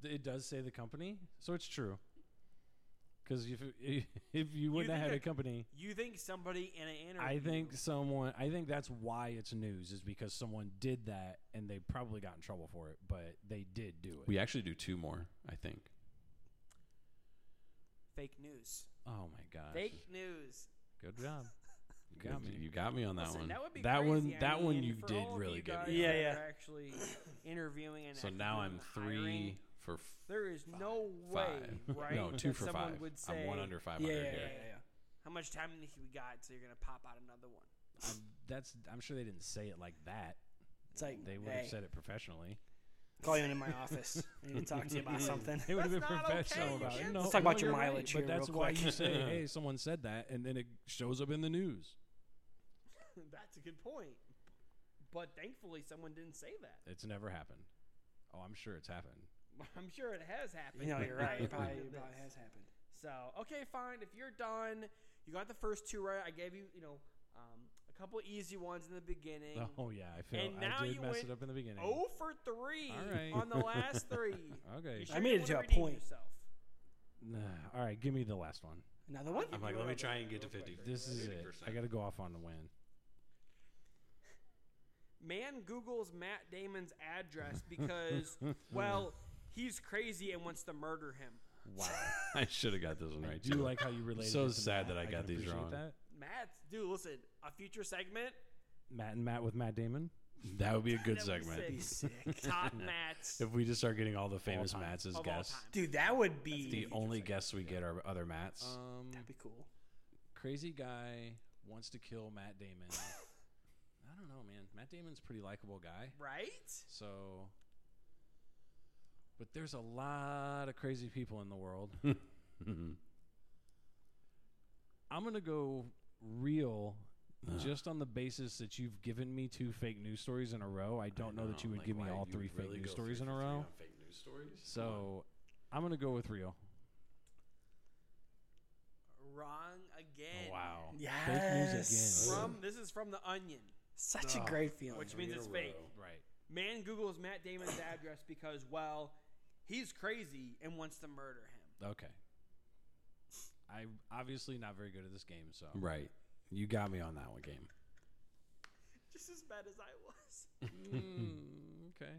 D- It does say the company, so it's true. Because if it- if you wouldn't think have had a- a company, You think somebody in an interview? I think someone. I think that's why it's news is because someone did that and they probably got in trouble for it, but they did do it. We actually do two more, I think. fake news. oh my gosh! Fake news. Good job. You got me. You got me on that Listen, one. That, would be that crazy. one. I That one mean, you for did all of really you get guys me. Yeah, that yeah. are Actually interviewing and So actually now doing I'm the three hiring, for f- There is no way, five. right? no, two that for someone five. Would say, I'm one under 500 Yeah, yeah, yeah, here. yeah, How much time do you think we got? So you're gonna pop out another one. I'm, that's. I'm sure they didn't say it like that. It's like They would have hey, said it professionally. call you into my office. I need to talk to you about something. It would have been That's not okay, professional you Mm. about it. can't No, Let's talk about no, your you're right, mileage But here that's real why quick. you say, "Hey, someone said that," and then it shows up in the news. That's a good point. But thankfully, someone didn't say that. It's never happened. Oh, I'm sure it's happened. I'm sure it has happened. You know, but you're not right. It because probably, of it probably this. has happened. So okay, fine. If you're done, you got the first two right. I gave you, you know, um, a couple easy ones in the beginning. Oh yeah, I feel And now I did you mess went it up in the beginning. Oh for three All right. on the last three. okay. You I sure you made it wanna to a redeem point. yourself? Nah, all right, give me the last one. Another one. I'm like, let me try and get to 50. This is it. I got to go off on a win. Man Googles Matt Damon's address because, well, he's crazy and wants to murder him. Wow. I should have got this one I right do too. like how you related. So it to sad Matt. that I can got these appreciate wrong. That. Matt, dude, listen, a future segment. Matt and Matt with Matt Damon. that would be a good that would segment. be sick. Top Matts If we just start getting all the famous time. Matts as of all guests, time. Dude, that would be the only guests we get are other Matts. Um, that'd be cool. crazy guy wants to kill Matt Damon. I don't know, man. Matt Damon's a pretty likable guy. Right? So, but there's a lot of crazy people in the world. I'm gonna go real, just on the basis that you've given me two fake news stories in a row. I don't know, that you would give me all three fake news stories in a row. Fake news stories. So, I'm gonna go with real. Wrong again. wow. Yes. again. From this is from the Onion, Such a great feeling. which means it's fake. Right. Man Googles Matt Damon's address because, well, he's crazy and wants to murder him. Okay. I obviously not very good at this game, so Right. You got me on that one game. Just as bad as I was. Hmm, Mm, okay.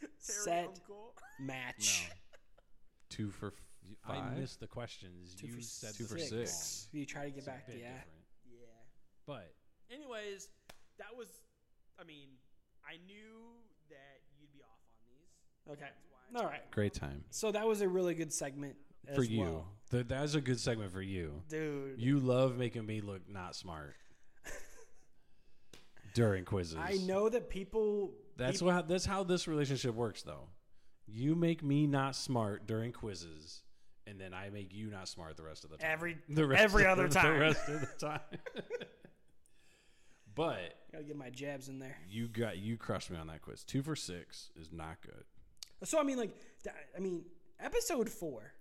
Terry Set. Uncle. match. Two for f- I five. missed the questions. you said Two the for first six. one. You try to get It's a back to bit yeah. different. Yeah. But Anyways, that was. I mean, I knew that you'd be off on these. Okay. That's why. All right. Great time So that was a really good segment as for you. well. Th- that was a good segment for you. dude. You love making me look not smart during quizzes. I know that people. That's peop- what. That's how this relationship works, though. You make me not smart during quizzes, and then I make you not smart the rest of the time. every the rest every of- other time. The rest of the time. but gotta get my jabs in there. you got you crushed me on that quiz. Two for six is not good. So I mean, like, th- I mean, episode four.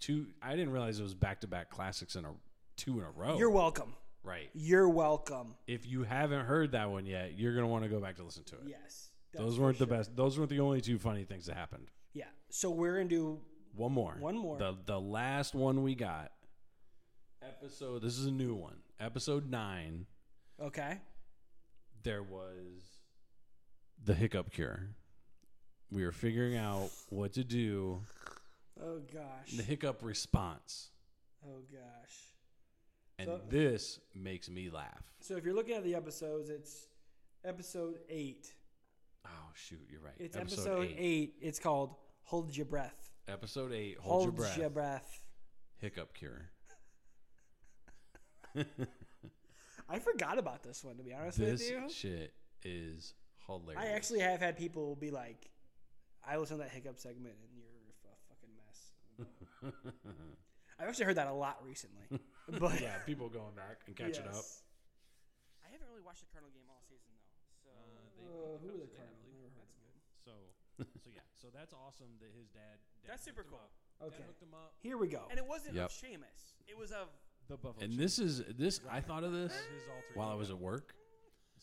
Two. I didn't realize it was back to back classics in a two in a row. You're welcome. right. You're welcome. If you haven't heard that one yet, you're gonna want to go back to listen to it. Yes. That's Those for weren't sure. the best. Those weren't the only two funny things that happened. Yeah. So we're gonna do. One more. One more. The the last one we got. Episode this is a new one. Episode 9 Okay. there was the hiccup cure. We were figuring out what to do, Oh gosh. the hiccup response. Oh gosh. And So- this makes me laugh. So if you're looking at the episodes, it's episode eight. Oh shoot, you're right. It's episode, eight. It's called "Hold Your Breath." Episode 8, hold, Hold, your breath. your breath. Hiccup cure. I forgot about this one to be honest This with you. shit is hilarious. I actually have had people be like, "I listened to that hiccup segment, and you're a fucking mess." I've actually heard that a lot recently, but yeah, people going back and catching up. Yes. I haven't really watched the Colonel game all season though. So they, Uh, who Cubs, are the they Cardinals? have Never Lee. heard that's of good. So, so yeah, so that's awesome that his dad. dad That's super hooked him cool. up. Okay. Dad hooked him up. Here we go. And it wasn't Yep. of Seamus. It was of The Buffalo. And Chief this is this I thought of this is his alter while I ego. was at work.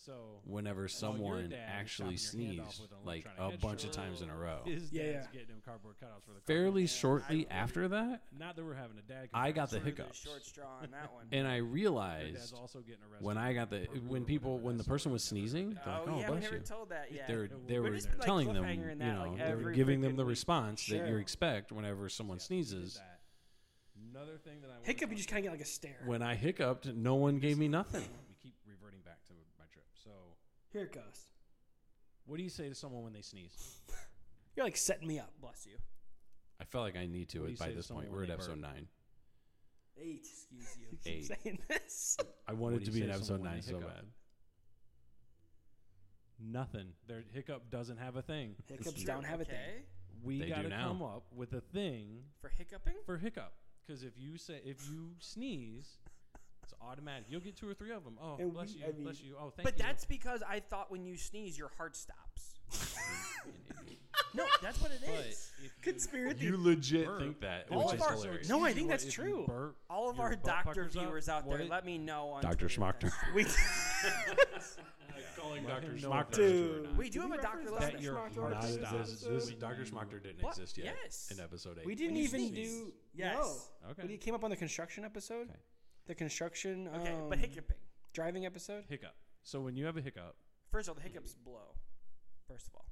So Whenever someone dad is actually chopping your hand off sneezed with an like a electronic bunch headshot. of times in a row. his dad's Yeah, yeah. getting him cardboard cutouts for the Fairly Cardinals. shortly after that, Not that we're having a dad. I got the comparison. the hiccups, short straw on that one. and I Your dad's realized also getting arrested. when I got the for Uber when or people whatever when the that's person what was it is. sneezing, they're like, oh, "Oh, yeah, we bless never you." told that yet. They're We're they were just, like, telling them, cliffhangering that, you know, like, they were every giving freaking them the week. response that you Sure. expect whenever someone Yeah, sneezes. did that. Another thing that I wanna hiccup, talk you just kind of get like a stare. When I hiccuped, no one gave me nothing. We keep reverting back to my trip. So, Here it goes. what do you say to someone when they sneeze? You're like setting me up. Bless you. I felt like I need to What do it you by say to this point. someone We're when at they episode burp? nine. Eight. Excuse you. Eight. Saying this. I What wanted do to you be in say to episode someone when nine they so hiccup? bad. Nothing. Their hiccup doesn't have a thing. Hiccups don't have a thing. okay. We They do got to now. come up with a thing For hiccuping? for hiccup. Because if you say if you sneeze, it's automatic. You'll get two or three of them. Oh, And bless we- you, I mean- bless you. Oh, thank But you. that's because I thought when you sneeze, your heart stops. no, that's what it but is. if Conspiracy. You legit burp, think that? which Which of is our- hilarious. No, I think what that's if you true. burp, All of your our butt doctor puckers up, viewers out there, what- let me know on Dr. Twitter if Schmachter. that's- we calling Let him Doctor know Schmachter. if Dude. Dude, We do have a doctor that listener. your heart Schmachter Doctor Not- stops. this- this- Dr. Schmachter didn't What? exist yet Yes. in episode 8. we didn't you even sneeze. do. Yes. No. Okay. When you came up on the construction episode, the construction um, Okay, but hiccuping. driving episode. hiccup. So when you have a hiccup, First of all, the hiccups blow. First of all,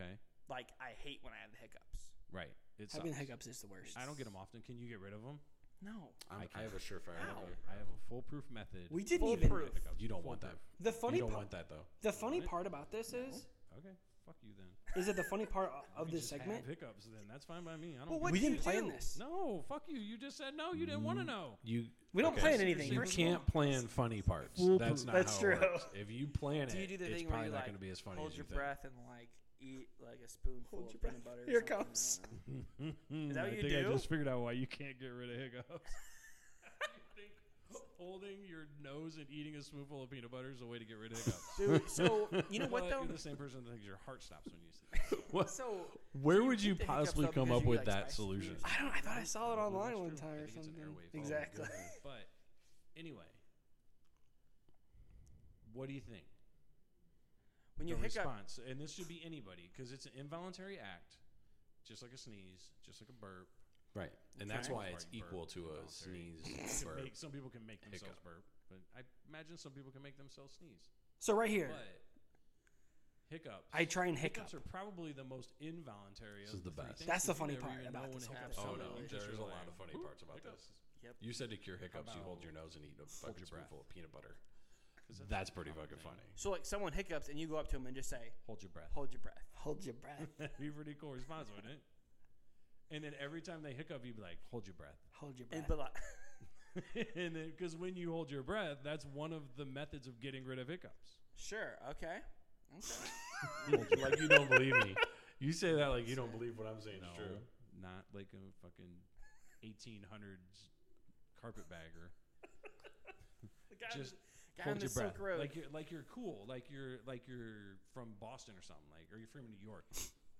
Okay. like I hate when I have the hiccups. Right. It's Having hiccups is the worst. I don't get them often. Can you get rid of them? No, I'm, I have a surefire. Ow. remedy. I have a foolproof method. We didn't even. Foolproof. You don't want that. The You funny don't part. want that though. The funny it? part about this is, Okay. Fuck you then. is it the funny part of We this just have segment? hiccups then. That's fine by me. I don't. Well, give what We did didn't you plan do? this. a- no. Fuck you. You just said no. You didn't want to know. You We don't okay, plan so anything. You First of can't plan funny parts. That's not That's how true. It works. If you plan it, Do you do the it's thing where probably you not like going to be as funny hold as you your think. breath and like eat like a spoonful Hold of your peanut breath. butter? or Here it something? I don't comes. know. Is that what Mm, I you think I do? just figured out why you can't get rid of hiccups. you think holding your nose and eating a spoonful of peanut butter is a way to get rid of hiccups? Dude, so you know what But though? You're the same person that thinks your heart stops when you see that. What- So Where so would get you the hiccups, possibly though, come because up you with like that spice food or solution? something. I don't. I thought I saw it Well, online that's one true. time I or think it's an something. airwave problem. Exactly. But anyway, what do you think? When you the hiccup, response, and this should be anybody, because it's an involuntary act, just like a sneeze, just like a burp. Right, and that's Okay. why it's Burp, equal to a involuntary. sneeze. Can burp. make- some people can make Hiccup. themselves burp, but I imagine some people can make themselves sneeze. So right here, But hiccups. I try and hiccup. hiccups are probably the most involuntary. This of is the three best. things, That's 'cause the you funny never part even about know when this it whole happens. thing. Oh Absolutely. no, You there's just are a like, lot of funny "Ooh, parts about hiccups." this. Yep. You said to cure hiccups, you hold your nose and eat a fucking your breath. spoonful of peanut butter. 'Cause that's That's a pretty common fucking thing. funny. so like someone hiccups and you go up to him and just say, Hold your breath. "Hold your breath." hold your breath. That'd be a pretty cool response, wouldn't it? And then every time they hiccup, you'd be like, hold your breath. Hold your breath. And but like, and then, because when you hold your breath, that's one of the methods of getting rid of hiccups. sure, okay, okay. like you don't believe me. You say that like you don't believe what I'm saying No, not like a fucking 1800s carpetbagger. The guy Just guy hold on your the Silk breath. Road. Like you're like you're cool. Like you're like you're from Boston or something. Like or you're from New York.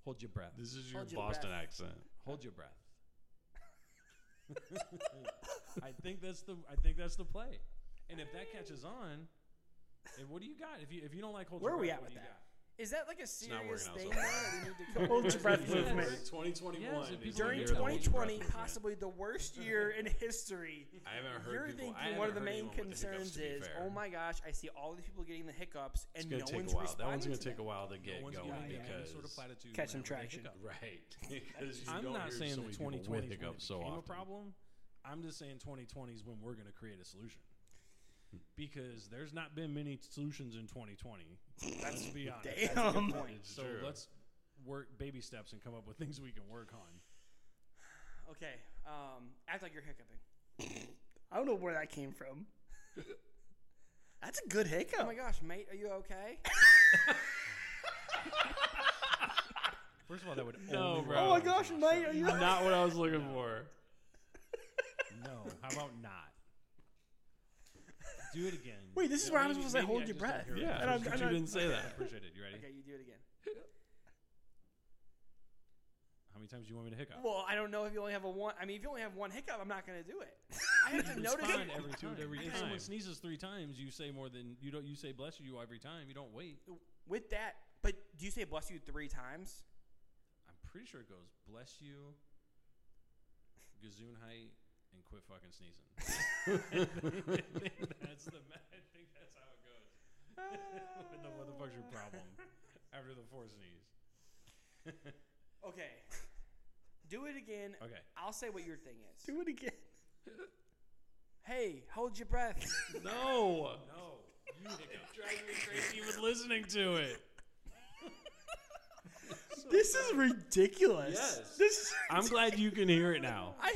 hold your breath. This is your Hold your Boston breath. accent. Hold your breath. I think that's the I think that's the play. And if that catches on, and what do you got? If you if you don't like hold Where your are we breath, at what with do you that? Is that like a not working serious out thing so now far. that we need to go Hold your breath Yes. movement. 2021 Yes, and is people the year During During of the hold your breath 2020, movement. possibly the worst year in history. I haven't heard. You're people- I thinking haven't one of the heard main anyone with the hiccups, concerns to be is, fair. oh my gosh, I see all these people getting the hiccups It's and gonna no take one's a while. That one's responding gonna to take a them." while to get No one's going giving me any because sort of platitude. Catch some whenever they traction. hiccup. right. Because you I'm don't not hear so saying many that people 2020 with is when it hiccups so became a often. problem. I'm just saying 2020 is when we're going to create a solution. Because there's not been many solutions in 2020. Let's be honest. Oh Damn. It's So true. let's work baby steps and come up with things we can work on. Okay, um, act like you're hiccuping. I don't know where that came from. That's a good hiccup. Oh my gosh, mate, are you okay? First of all, that would No, only bro. work Oh my if it was gosh, in mate, Australia. are you- Not what I was looking for. No, how about not? Do it again. Wait, this is where I'm supposed to say, maybe hold I your just don't breath. hear it. Yeah, And I'm- but and you I'm- didn't say I that. appreciate it. You ready? okay, you do it again. How many times do you want me to hiccup? Well, I don't know if you only have a one. I mean, if you only have one hiccup, I'm not gonna do it. I have to notice respond it. every two every Yeah. time. Someone sneezes three times, you say more than you don't. You say bless you every time. You don't wait. With that, but do you say bless you three times? I'm pretty sure it goes bless you, gazoon height, and quit fucking sneezing. I think that's the. ma- I think that's how it goes. What the- what the fuck's your problem after the fourth sneeze? Okay, do it again. Okay. I'll say what your thing is. Do it again. Hey, hold your breath. No. No, you hiccup. Drives me crazy even listening to it. This is ridiculous. Yes. This is I'm glad you can hear it now. I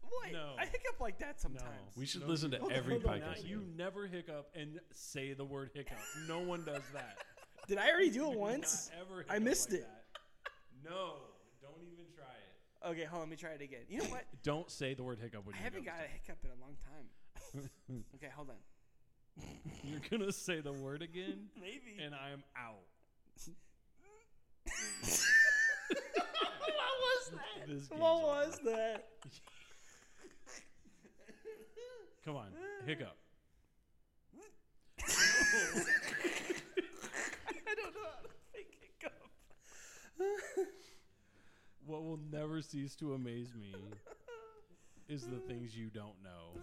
what? No. I hiccup like that sometimes. Oh, We should No, listen to every No, not- podcast. you again. never hiccup and say the word hiccup. No one does that. Did I already do You it do once? not ever I hiccup missed like it. that. No, don't even try it. Okay, hold on, let me try it again. You know what? Don't say the word hiccup when I you haven't got hiccup. a hiccup in a long time. okay, hold on. You're gonna say the word again, Maybe. and I'm out. what was that? What was that? Come on, hiccup. I don't know how to fake hiccup. What will never cease to amaze me is the things you don't know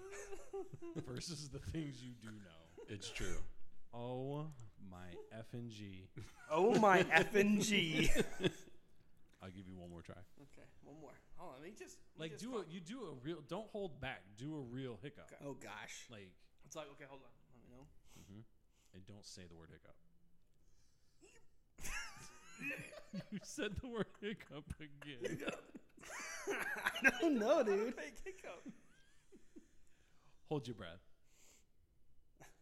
versus the things you do know. It's true. Oh my F and G. Oh my effing G. I'll give you one more try. Okay, one more. Hold on, let me just let me Like just do find- a you do a real don't hold back. Do a real hiccup. Okay. Oh gosh. Like It's like okay, hold on. Let me know. and don't say the word hiccup. you said the word hiccup again. I don't know, dude. Hey, hiccup. Hold your breath.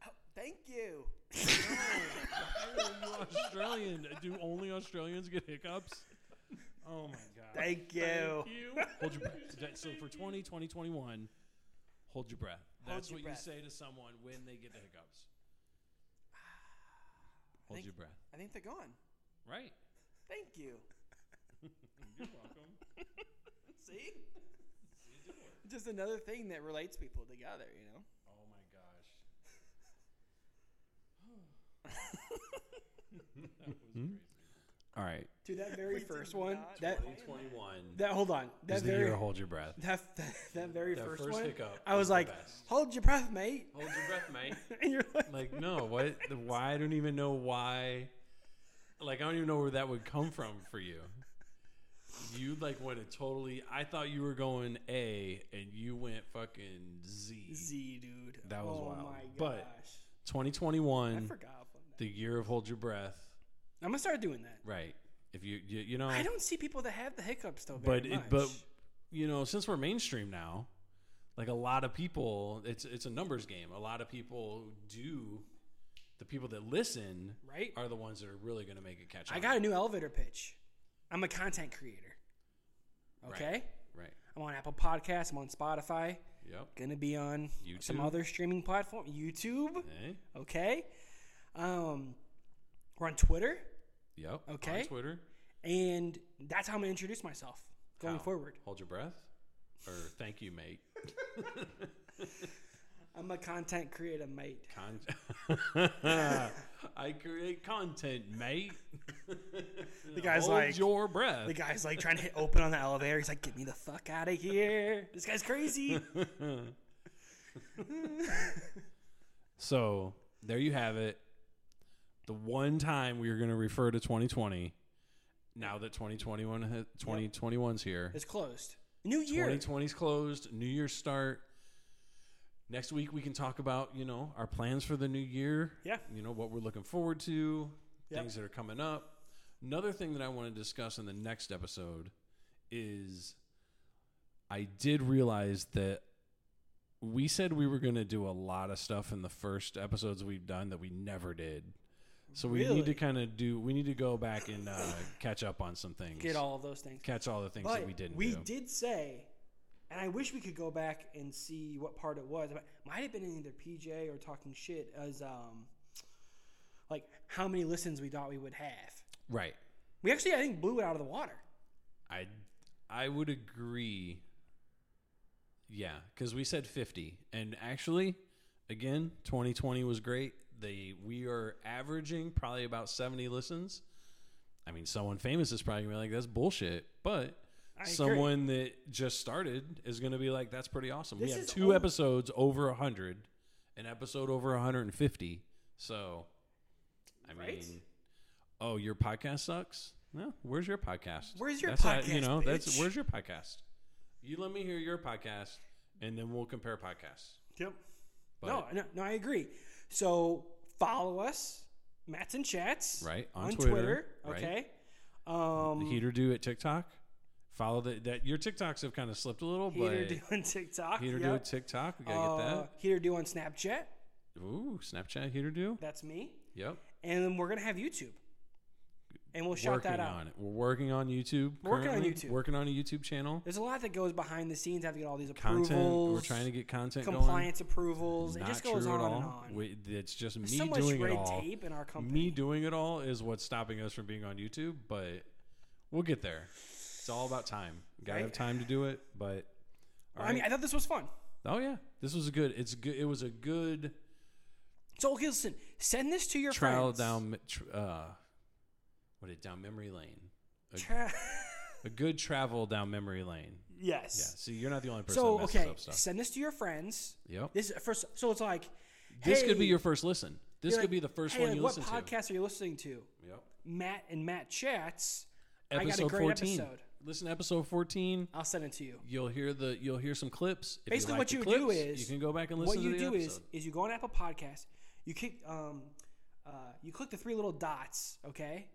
Oh, thank you. You Australian. Do only Australians get hiccups? Oh my god. Thank you. you. Hold your breath. That- so for 20, 2021, hold your breath. That's your what breath. you say to someone when they get the hiccups. Hold think- your breath. I think they're gone. Right. Thank you. You're welcome. See? Just another thing that relates people together, you know? oh my gosh. that was crazy. All right. Dude, that very did first one. not That 21. that hold on. That Is the year very of hold your breath. that, that that very That first, first one. hiccup I was is the like, best. hold your breath, mate. Hold your breath, mate. And you're like, Like, no, what? the- Why? I don't even know why. Like, I don't even know where that would come from for you. You like went a totally. I thought you were going A, and you went fucking Z. Z, dude. That was oh wild. my gosh. But- I 2021, forgot. how fun that- the year of hold your breath. I'm gonna start doing that. Right. If you you, you know, I don't see people that have the hiccups though. Very but much. it, but you know, since we're mainstream now, like a lot of people, it's it's a numbers game. A lot of people do. The people that listen right, are the ones that are really going to make it catch on. I got a new elevator pitch. I'm a content creator. Okay, Right. I'm on Apple Podcasts. I'm on Spotify. Yep. Gonna be on some YouTube. other streaming platform, YouTube. Eh? Okay, um, we're on Twitter, Yep. Okay. On Twitter. and that's how I'm gonna introduce myself going How? forward. Hold your breath. Or thank you, mate. I'm a content creator, mate. Con- I create content, mate. The guy's Hold like, your breath. the guy's like trying to hit open on the elevator. He's like, "Get me the fuck out of here! This guy's crazy." So there you have it. The one time we are going to refer to 2020. Now that 2021 ha- 2021's here, It's closed. New year. 2020's closed. New Year's start. Next week we can talk about you know our plans for the new year. Yeah. You know what we're looking forward to, Yep. things that are coming up. Another thing that I want to discuss in the next episode is I did realize that we said we were going to do a lot of stuff in the first episodes we've done that we never did. So we Really? need to kind of do. We need to go back and uh, catch up on some things. Get all of those things. catch all the things But that we didn't. We do. did say, and I wish we could go back and see what part it was. It might have been in either PJ or talking shit as um, like how many listens we thought we would have. right. We actually, I think, blew it out of the water. I I would agree. Yeah, because we said fifty, and actually, again, twenty twenty was great. They we are averaging probably about seventy listens. I mean, someone famous is probably gonna be like, "That's bullshit," but agree. someone that just started is gonna be like, "That's pretty awesome." This we have is two only- episodes over hundred, an episode over hundred and fifty. So, I Right? mean, oh, your podcast sucks. No, where's your podcast? Where's your That's how- podcast, you know, that's bitch? where's your podcast. You let me hear your podcast, and then we'll compare podcasts. Yep. But, No, no, no, I agree. So follow us, Mats and Chats, Right, on, on Twitter. Twitter, right. Okay. Um, the heater do at TikTok. Follow the, that. Your TikToks have kind of slipped a little, heater but do on TikTok. heater do yep. at TikTok. We gotta Uh, heater do on Snapchat. get that. Ooh, Snapchat heater do. That's me. Yep. and then we're gonna have YouTube, and we'll shout working that out. on it. We're working on YouTube. We're working on currently, YouTube. Working on a YouTube channel. There's a lot that goes behind the scenes. I have to get all these approvals, Content. We're trying to get content going. compliance approvals. it Not just goes true on at all. and on. We, it's just me There's so much doing red it all. tape in our company. Me doing it all is what's stopping us from being on YouTube, but we'll get there. It's all about time. Gotta have Right? time to do it, but all I mean, right. I thought this was fun. oh yeah, this was a good. It's good. It was a good So okay, listen, send this to your trial friends. down. me- tr- Uh, what it down memory lane? Tra- A good travel down memory lane. yes. Yeah. See, you're not the only person. So that messes okay, up stuff. send this to your friends. Yep. This is first. So it's like, This could be Hey, your first listen. This You're could like, be the first hey, one like, you what listen to. podcast are you listening to? Yep. Matt and Matt chats. Episode I got a great 14. episode. Listen to episode 14. I'll send it to you. You'll hear the you'll hear some clips. If you Basically, like what the you clips, do is you can go back and listen what you to the do episode. is is you go on Apple Podcast, you kick um, uh, you click the three little dots, okay,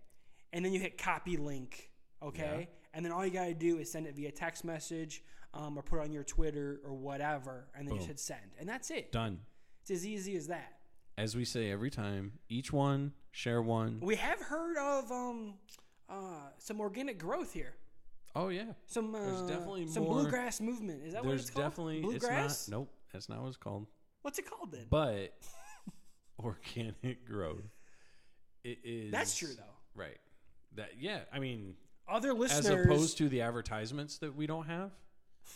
and then you hit copy link, okay, and then all you gotta do is send it via text message um, or put it on your Twitter or whatever, and then you just hit send, and that's it. Done. It's as easy as that. As we say every time, each one share one. We have heard of um, uh, some organic growth here. Oh yeah. Some uh, There's definitely some more- bluegrass movement. Is that what There's it's called? definitely bluegrass. it's not nope, that's not what it's called. What's it called then? But organic growth. It is That's true though. Right. That yeah, I mean Other listeners, as opposed to the advertisements that we don't have,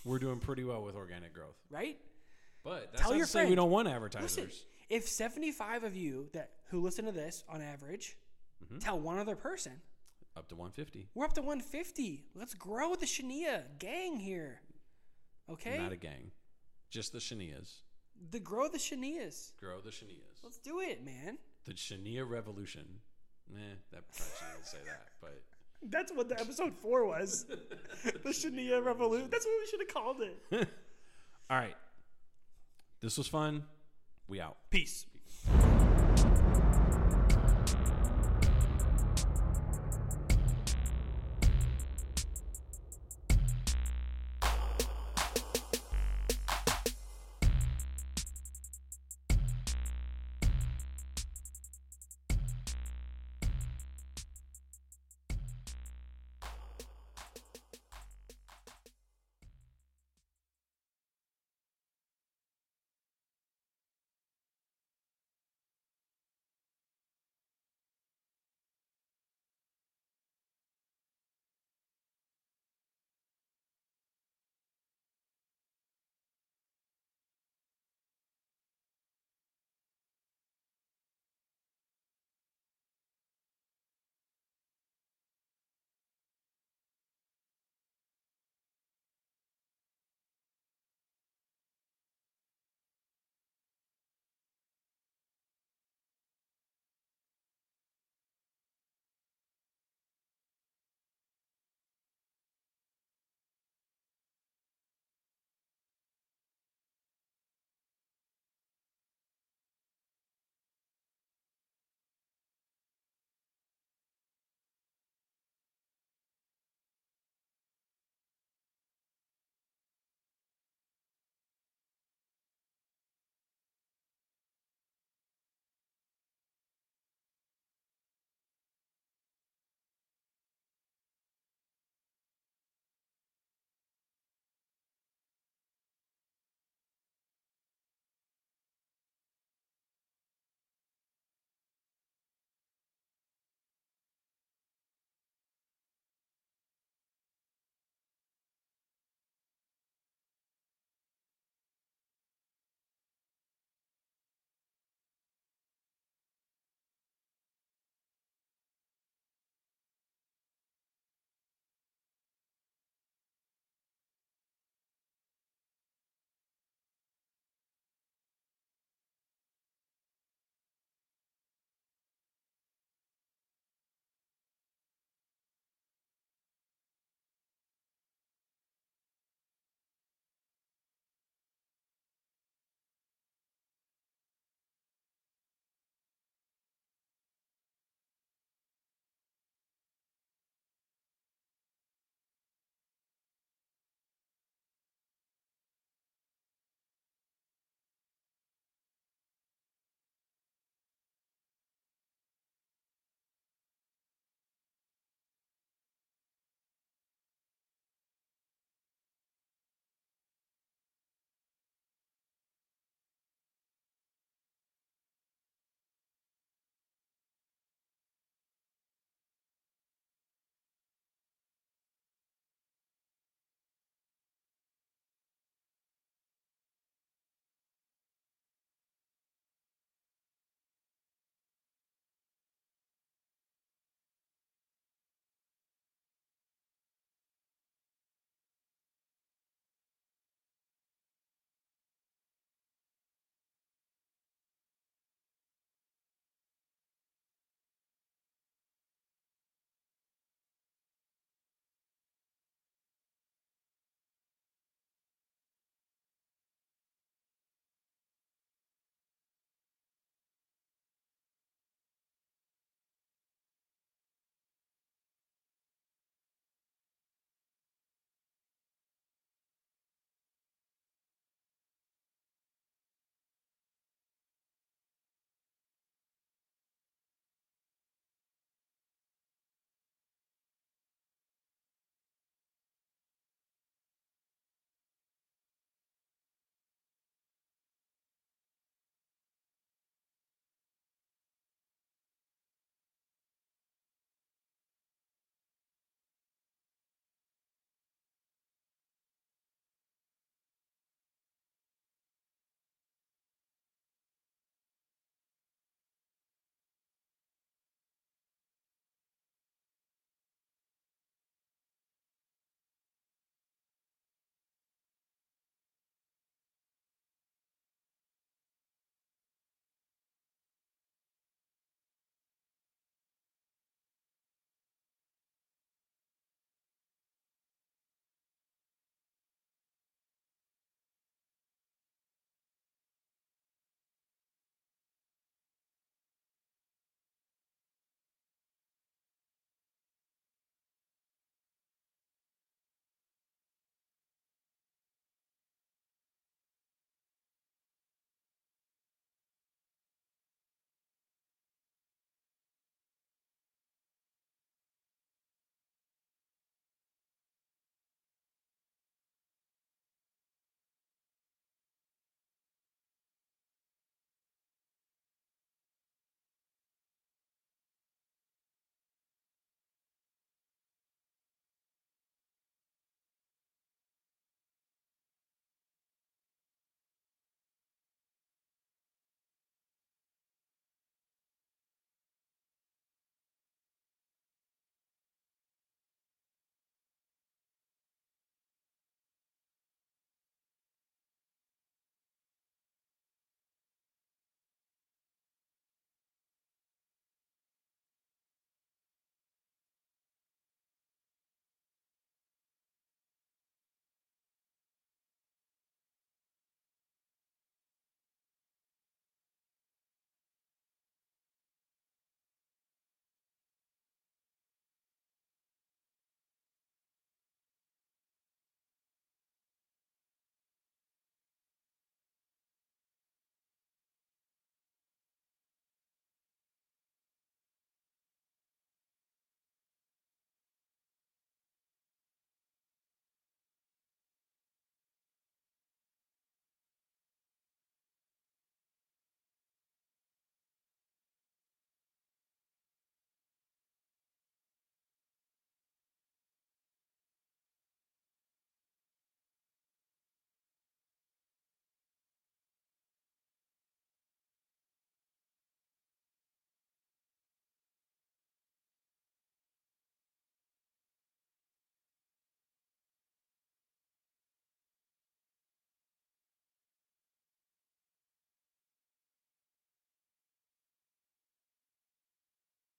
we're doing pretty well with organic growth. right? But that's Tell not your to say we friend. don't want Listen, advertisers. if 75 of you that who listen to this on average tell one other person, Up to 150. we're up to 150. Let's grow the Shania gang here. Okay? Not a gang. Just the Shanias. the grow the Shanias. Grow the Shanias. Let's do it, man. The Shania Revolution. Nah, that probably shouldn't say that, but That's what the episode 4 was. the Shania revolution. That's what we should have called it. all right. This was fun. We out. Peace.